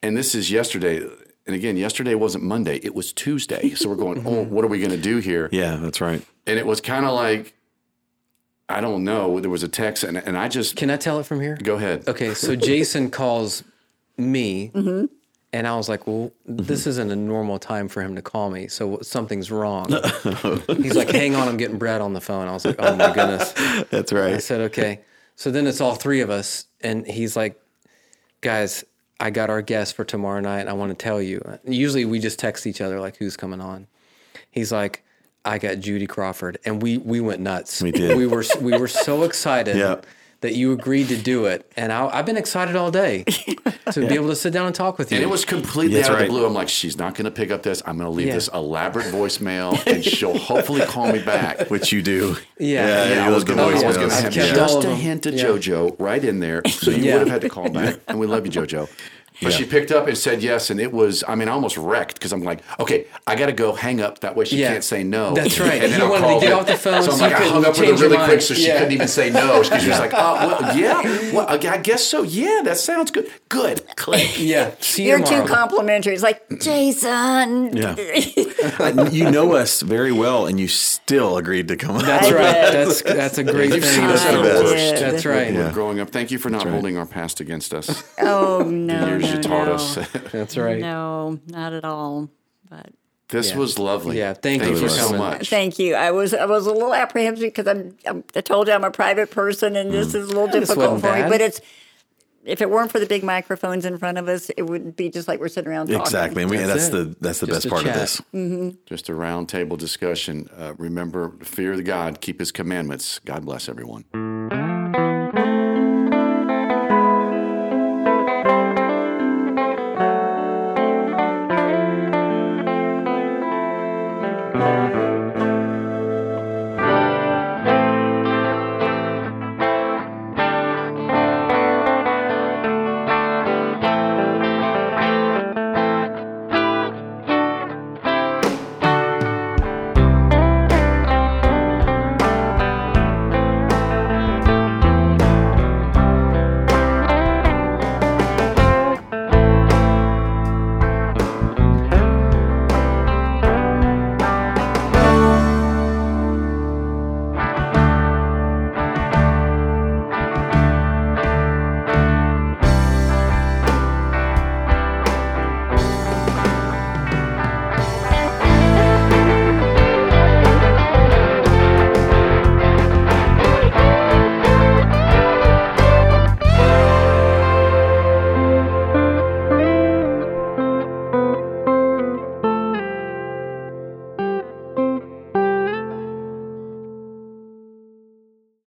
[SPEAKER 3] and this is yesterday. And again, yesterday wasn't Monday; it was Tuesday. So we're going. oh, what are we going to do here?
[SPEAKER 1] Yeah, that's right.
[SPEAKER 3] And it was kind of like, I don't know. There was a text, and and I just
[SPEAKER 2] Can I tell it from here?
[SPEAKER 3] go ahead.
[SPEAKER 2] Okay, so Jason calls me,
[SPEAKER 3] Mm-hmm.
[SPEAKER 2] and I was like, "Well, this isn't a normal time for him to call me, so something's wrong." He's like, "Hang on, I'm getting Brad on the phone." I was like, "Oh my goodness!"
[SPEAKER 1] That's
[SPEAKER 2] I
[SPEAKER 1] right.
[SPEAKER 2] said, "Okay." So then it's all three of us, and he's like, "Guys, I got our guest for tomorrow night. and I want to tell you." Usually we just text each other like, "Who's coming on?" He's like. I got Judy Crawford, and we we went nuts. We
[SPEAKER 1] did.
[SPEAKER 2] We were we were so excited
[SPEAKER 1] Yeah.
[SPEAKER 2] that you agreed to do it, and I, I've been excited all day to be able to sit down and talk with you.
[SPEAKER 3] And it was completely
[SPEAKER 1] That's
[SPEAKER 3] out of
[SPEAKER 1] right.
[SPEAKER 3] the blue. I'm like, she's not going to pick up this. I'm going to leave
[SPEAKER 2] Yeah.
[SPEAKER 3] this elaborate voicemail, and she'll hopefully call me back.
[SPEAKER 1] Which you do.
[SPEAKER 2] Yeah.
[SPEAKER 1] you
[SPEAKER 3] Yeah, I
[SPEAKER 1] love
[SPEAKER 3] was
[SPEAKER 1] the
[SPEAKER 3] gonna, I was
[SPEAKER 1] voicemails.
[SPEAKER 3] gonna have
[SPEAKER 2] Yeah. Kept all
[SPEAKER 3] just
[SPEAKER 2] of
[SPEAKER 3] a
[SPEAKER 2] them.
[SPEAKER 3] hint of
[SPEAKER 2] Yeah.
[SPEAKER 3] JoJo right in there, so you
[SPEAKER 2] Yeah.
[SPEAKER 3] would have had to call back. And we love you, JoJo. But she picked up and said yes, and it was. I mean, I almost wrecked because I'm like, okay, I gotta go hang up. That way she
[SPEAKER 2] Yeah.
[SPEAKER 3] can't say no.
[SPEAKER 2] That's right.
[SPEAKER 3] And then
[SPEAKER 2] You
[SPEAKER 3] I'll
[SPEAKER 2] wanted to
[SPEAKER 3] call
[SPEAKER 2] get
[SPEAKER 3] back.
[SPEAKER 2] off the phone
[SPEAKER 3] so I'm
[SPEAKER 2] so
[SPEAKER 3] like,
[SPEAKER 2] you
[SPEAKER 3] I
[SPEAKER 2] couldn't
[SPEAKER 3] hung up with her
[SPEAKER 2] change your
[SPEAKER 3] really quick,
[SPEAKER 2] mind.
[SPEAKER 3] so she
[SPEAKER 2] Yeah.
[SPEAKER 3] couldn't even say no. She was just like, oh, well, yeah, well, I guess so. Yeah, that sounds good. Good. Click.
[SPEAKER 2] yeah. See you
[SPEAKER 4] You're
[SPEAKER 2] tomorrow.
[SPEAKER 4] too complimentary. It's like Jason.
[SPEAKER 1] Yeah. I- you know us very well, and you still agreed to come on.
[SPEAKER 2] That's right. That's that's a great
[SPEAKER 3] You've
[SPEAKER 2] thing.
[SPEAKER 3] seen us at our
[SPEAKER 4] That's
[SPEAKER 3] worst.
[SPEAKER 4] it.
[SPEAKER 2] That's right.
[SPEAKER 3] We're growing up. Thank you for not holding our past against us.
[SPEAKER 4] Oh no,
[SPEAKER 3] Years
[SPEAKER 4] no,
[SPEAKER 3] you taught
[SPEAKER 4] no.
[SPEAKER 3] us.
[SPEAKER 2] That's right.
[SPEAKER 4] No, not at all. But
[SPEAKER 3] This was lovely.
[SPEAKER 2] Yeah, thank you for
[SPEAKER 3] so
[SPEAKER 2] coming.
[SPEAKER 3] much.
[SPEAKER 4] Thank you. I was I was a little apprehensive because I'm, I'm I told you I'm a private person and this is a little difficult
[SPEAKER 2] Mm. wasn't
[SPEAKER 4] for
[SPEAKER 2] bad.
[SPEAKER 4] me. But it's if it weren't for the big microphones in front of us, it would be just like we're sitting around talking.
[SPEAKER 1] Exactly. And we, that's,
[SPEAKER 2] That's it.
[SPEAKER 1] the that's the
[SPEAKER 2] Just
[SPEAKER 1] best
[SPEAKER 2] a
[SPEAKER 1] part
[SPEAKER 2] chat.
[SPEAKER 1] of this.
[SPEAKER 3] Just a roundtable discussion. Uh, remember, fear the God, keep his commandments. God bless everyone.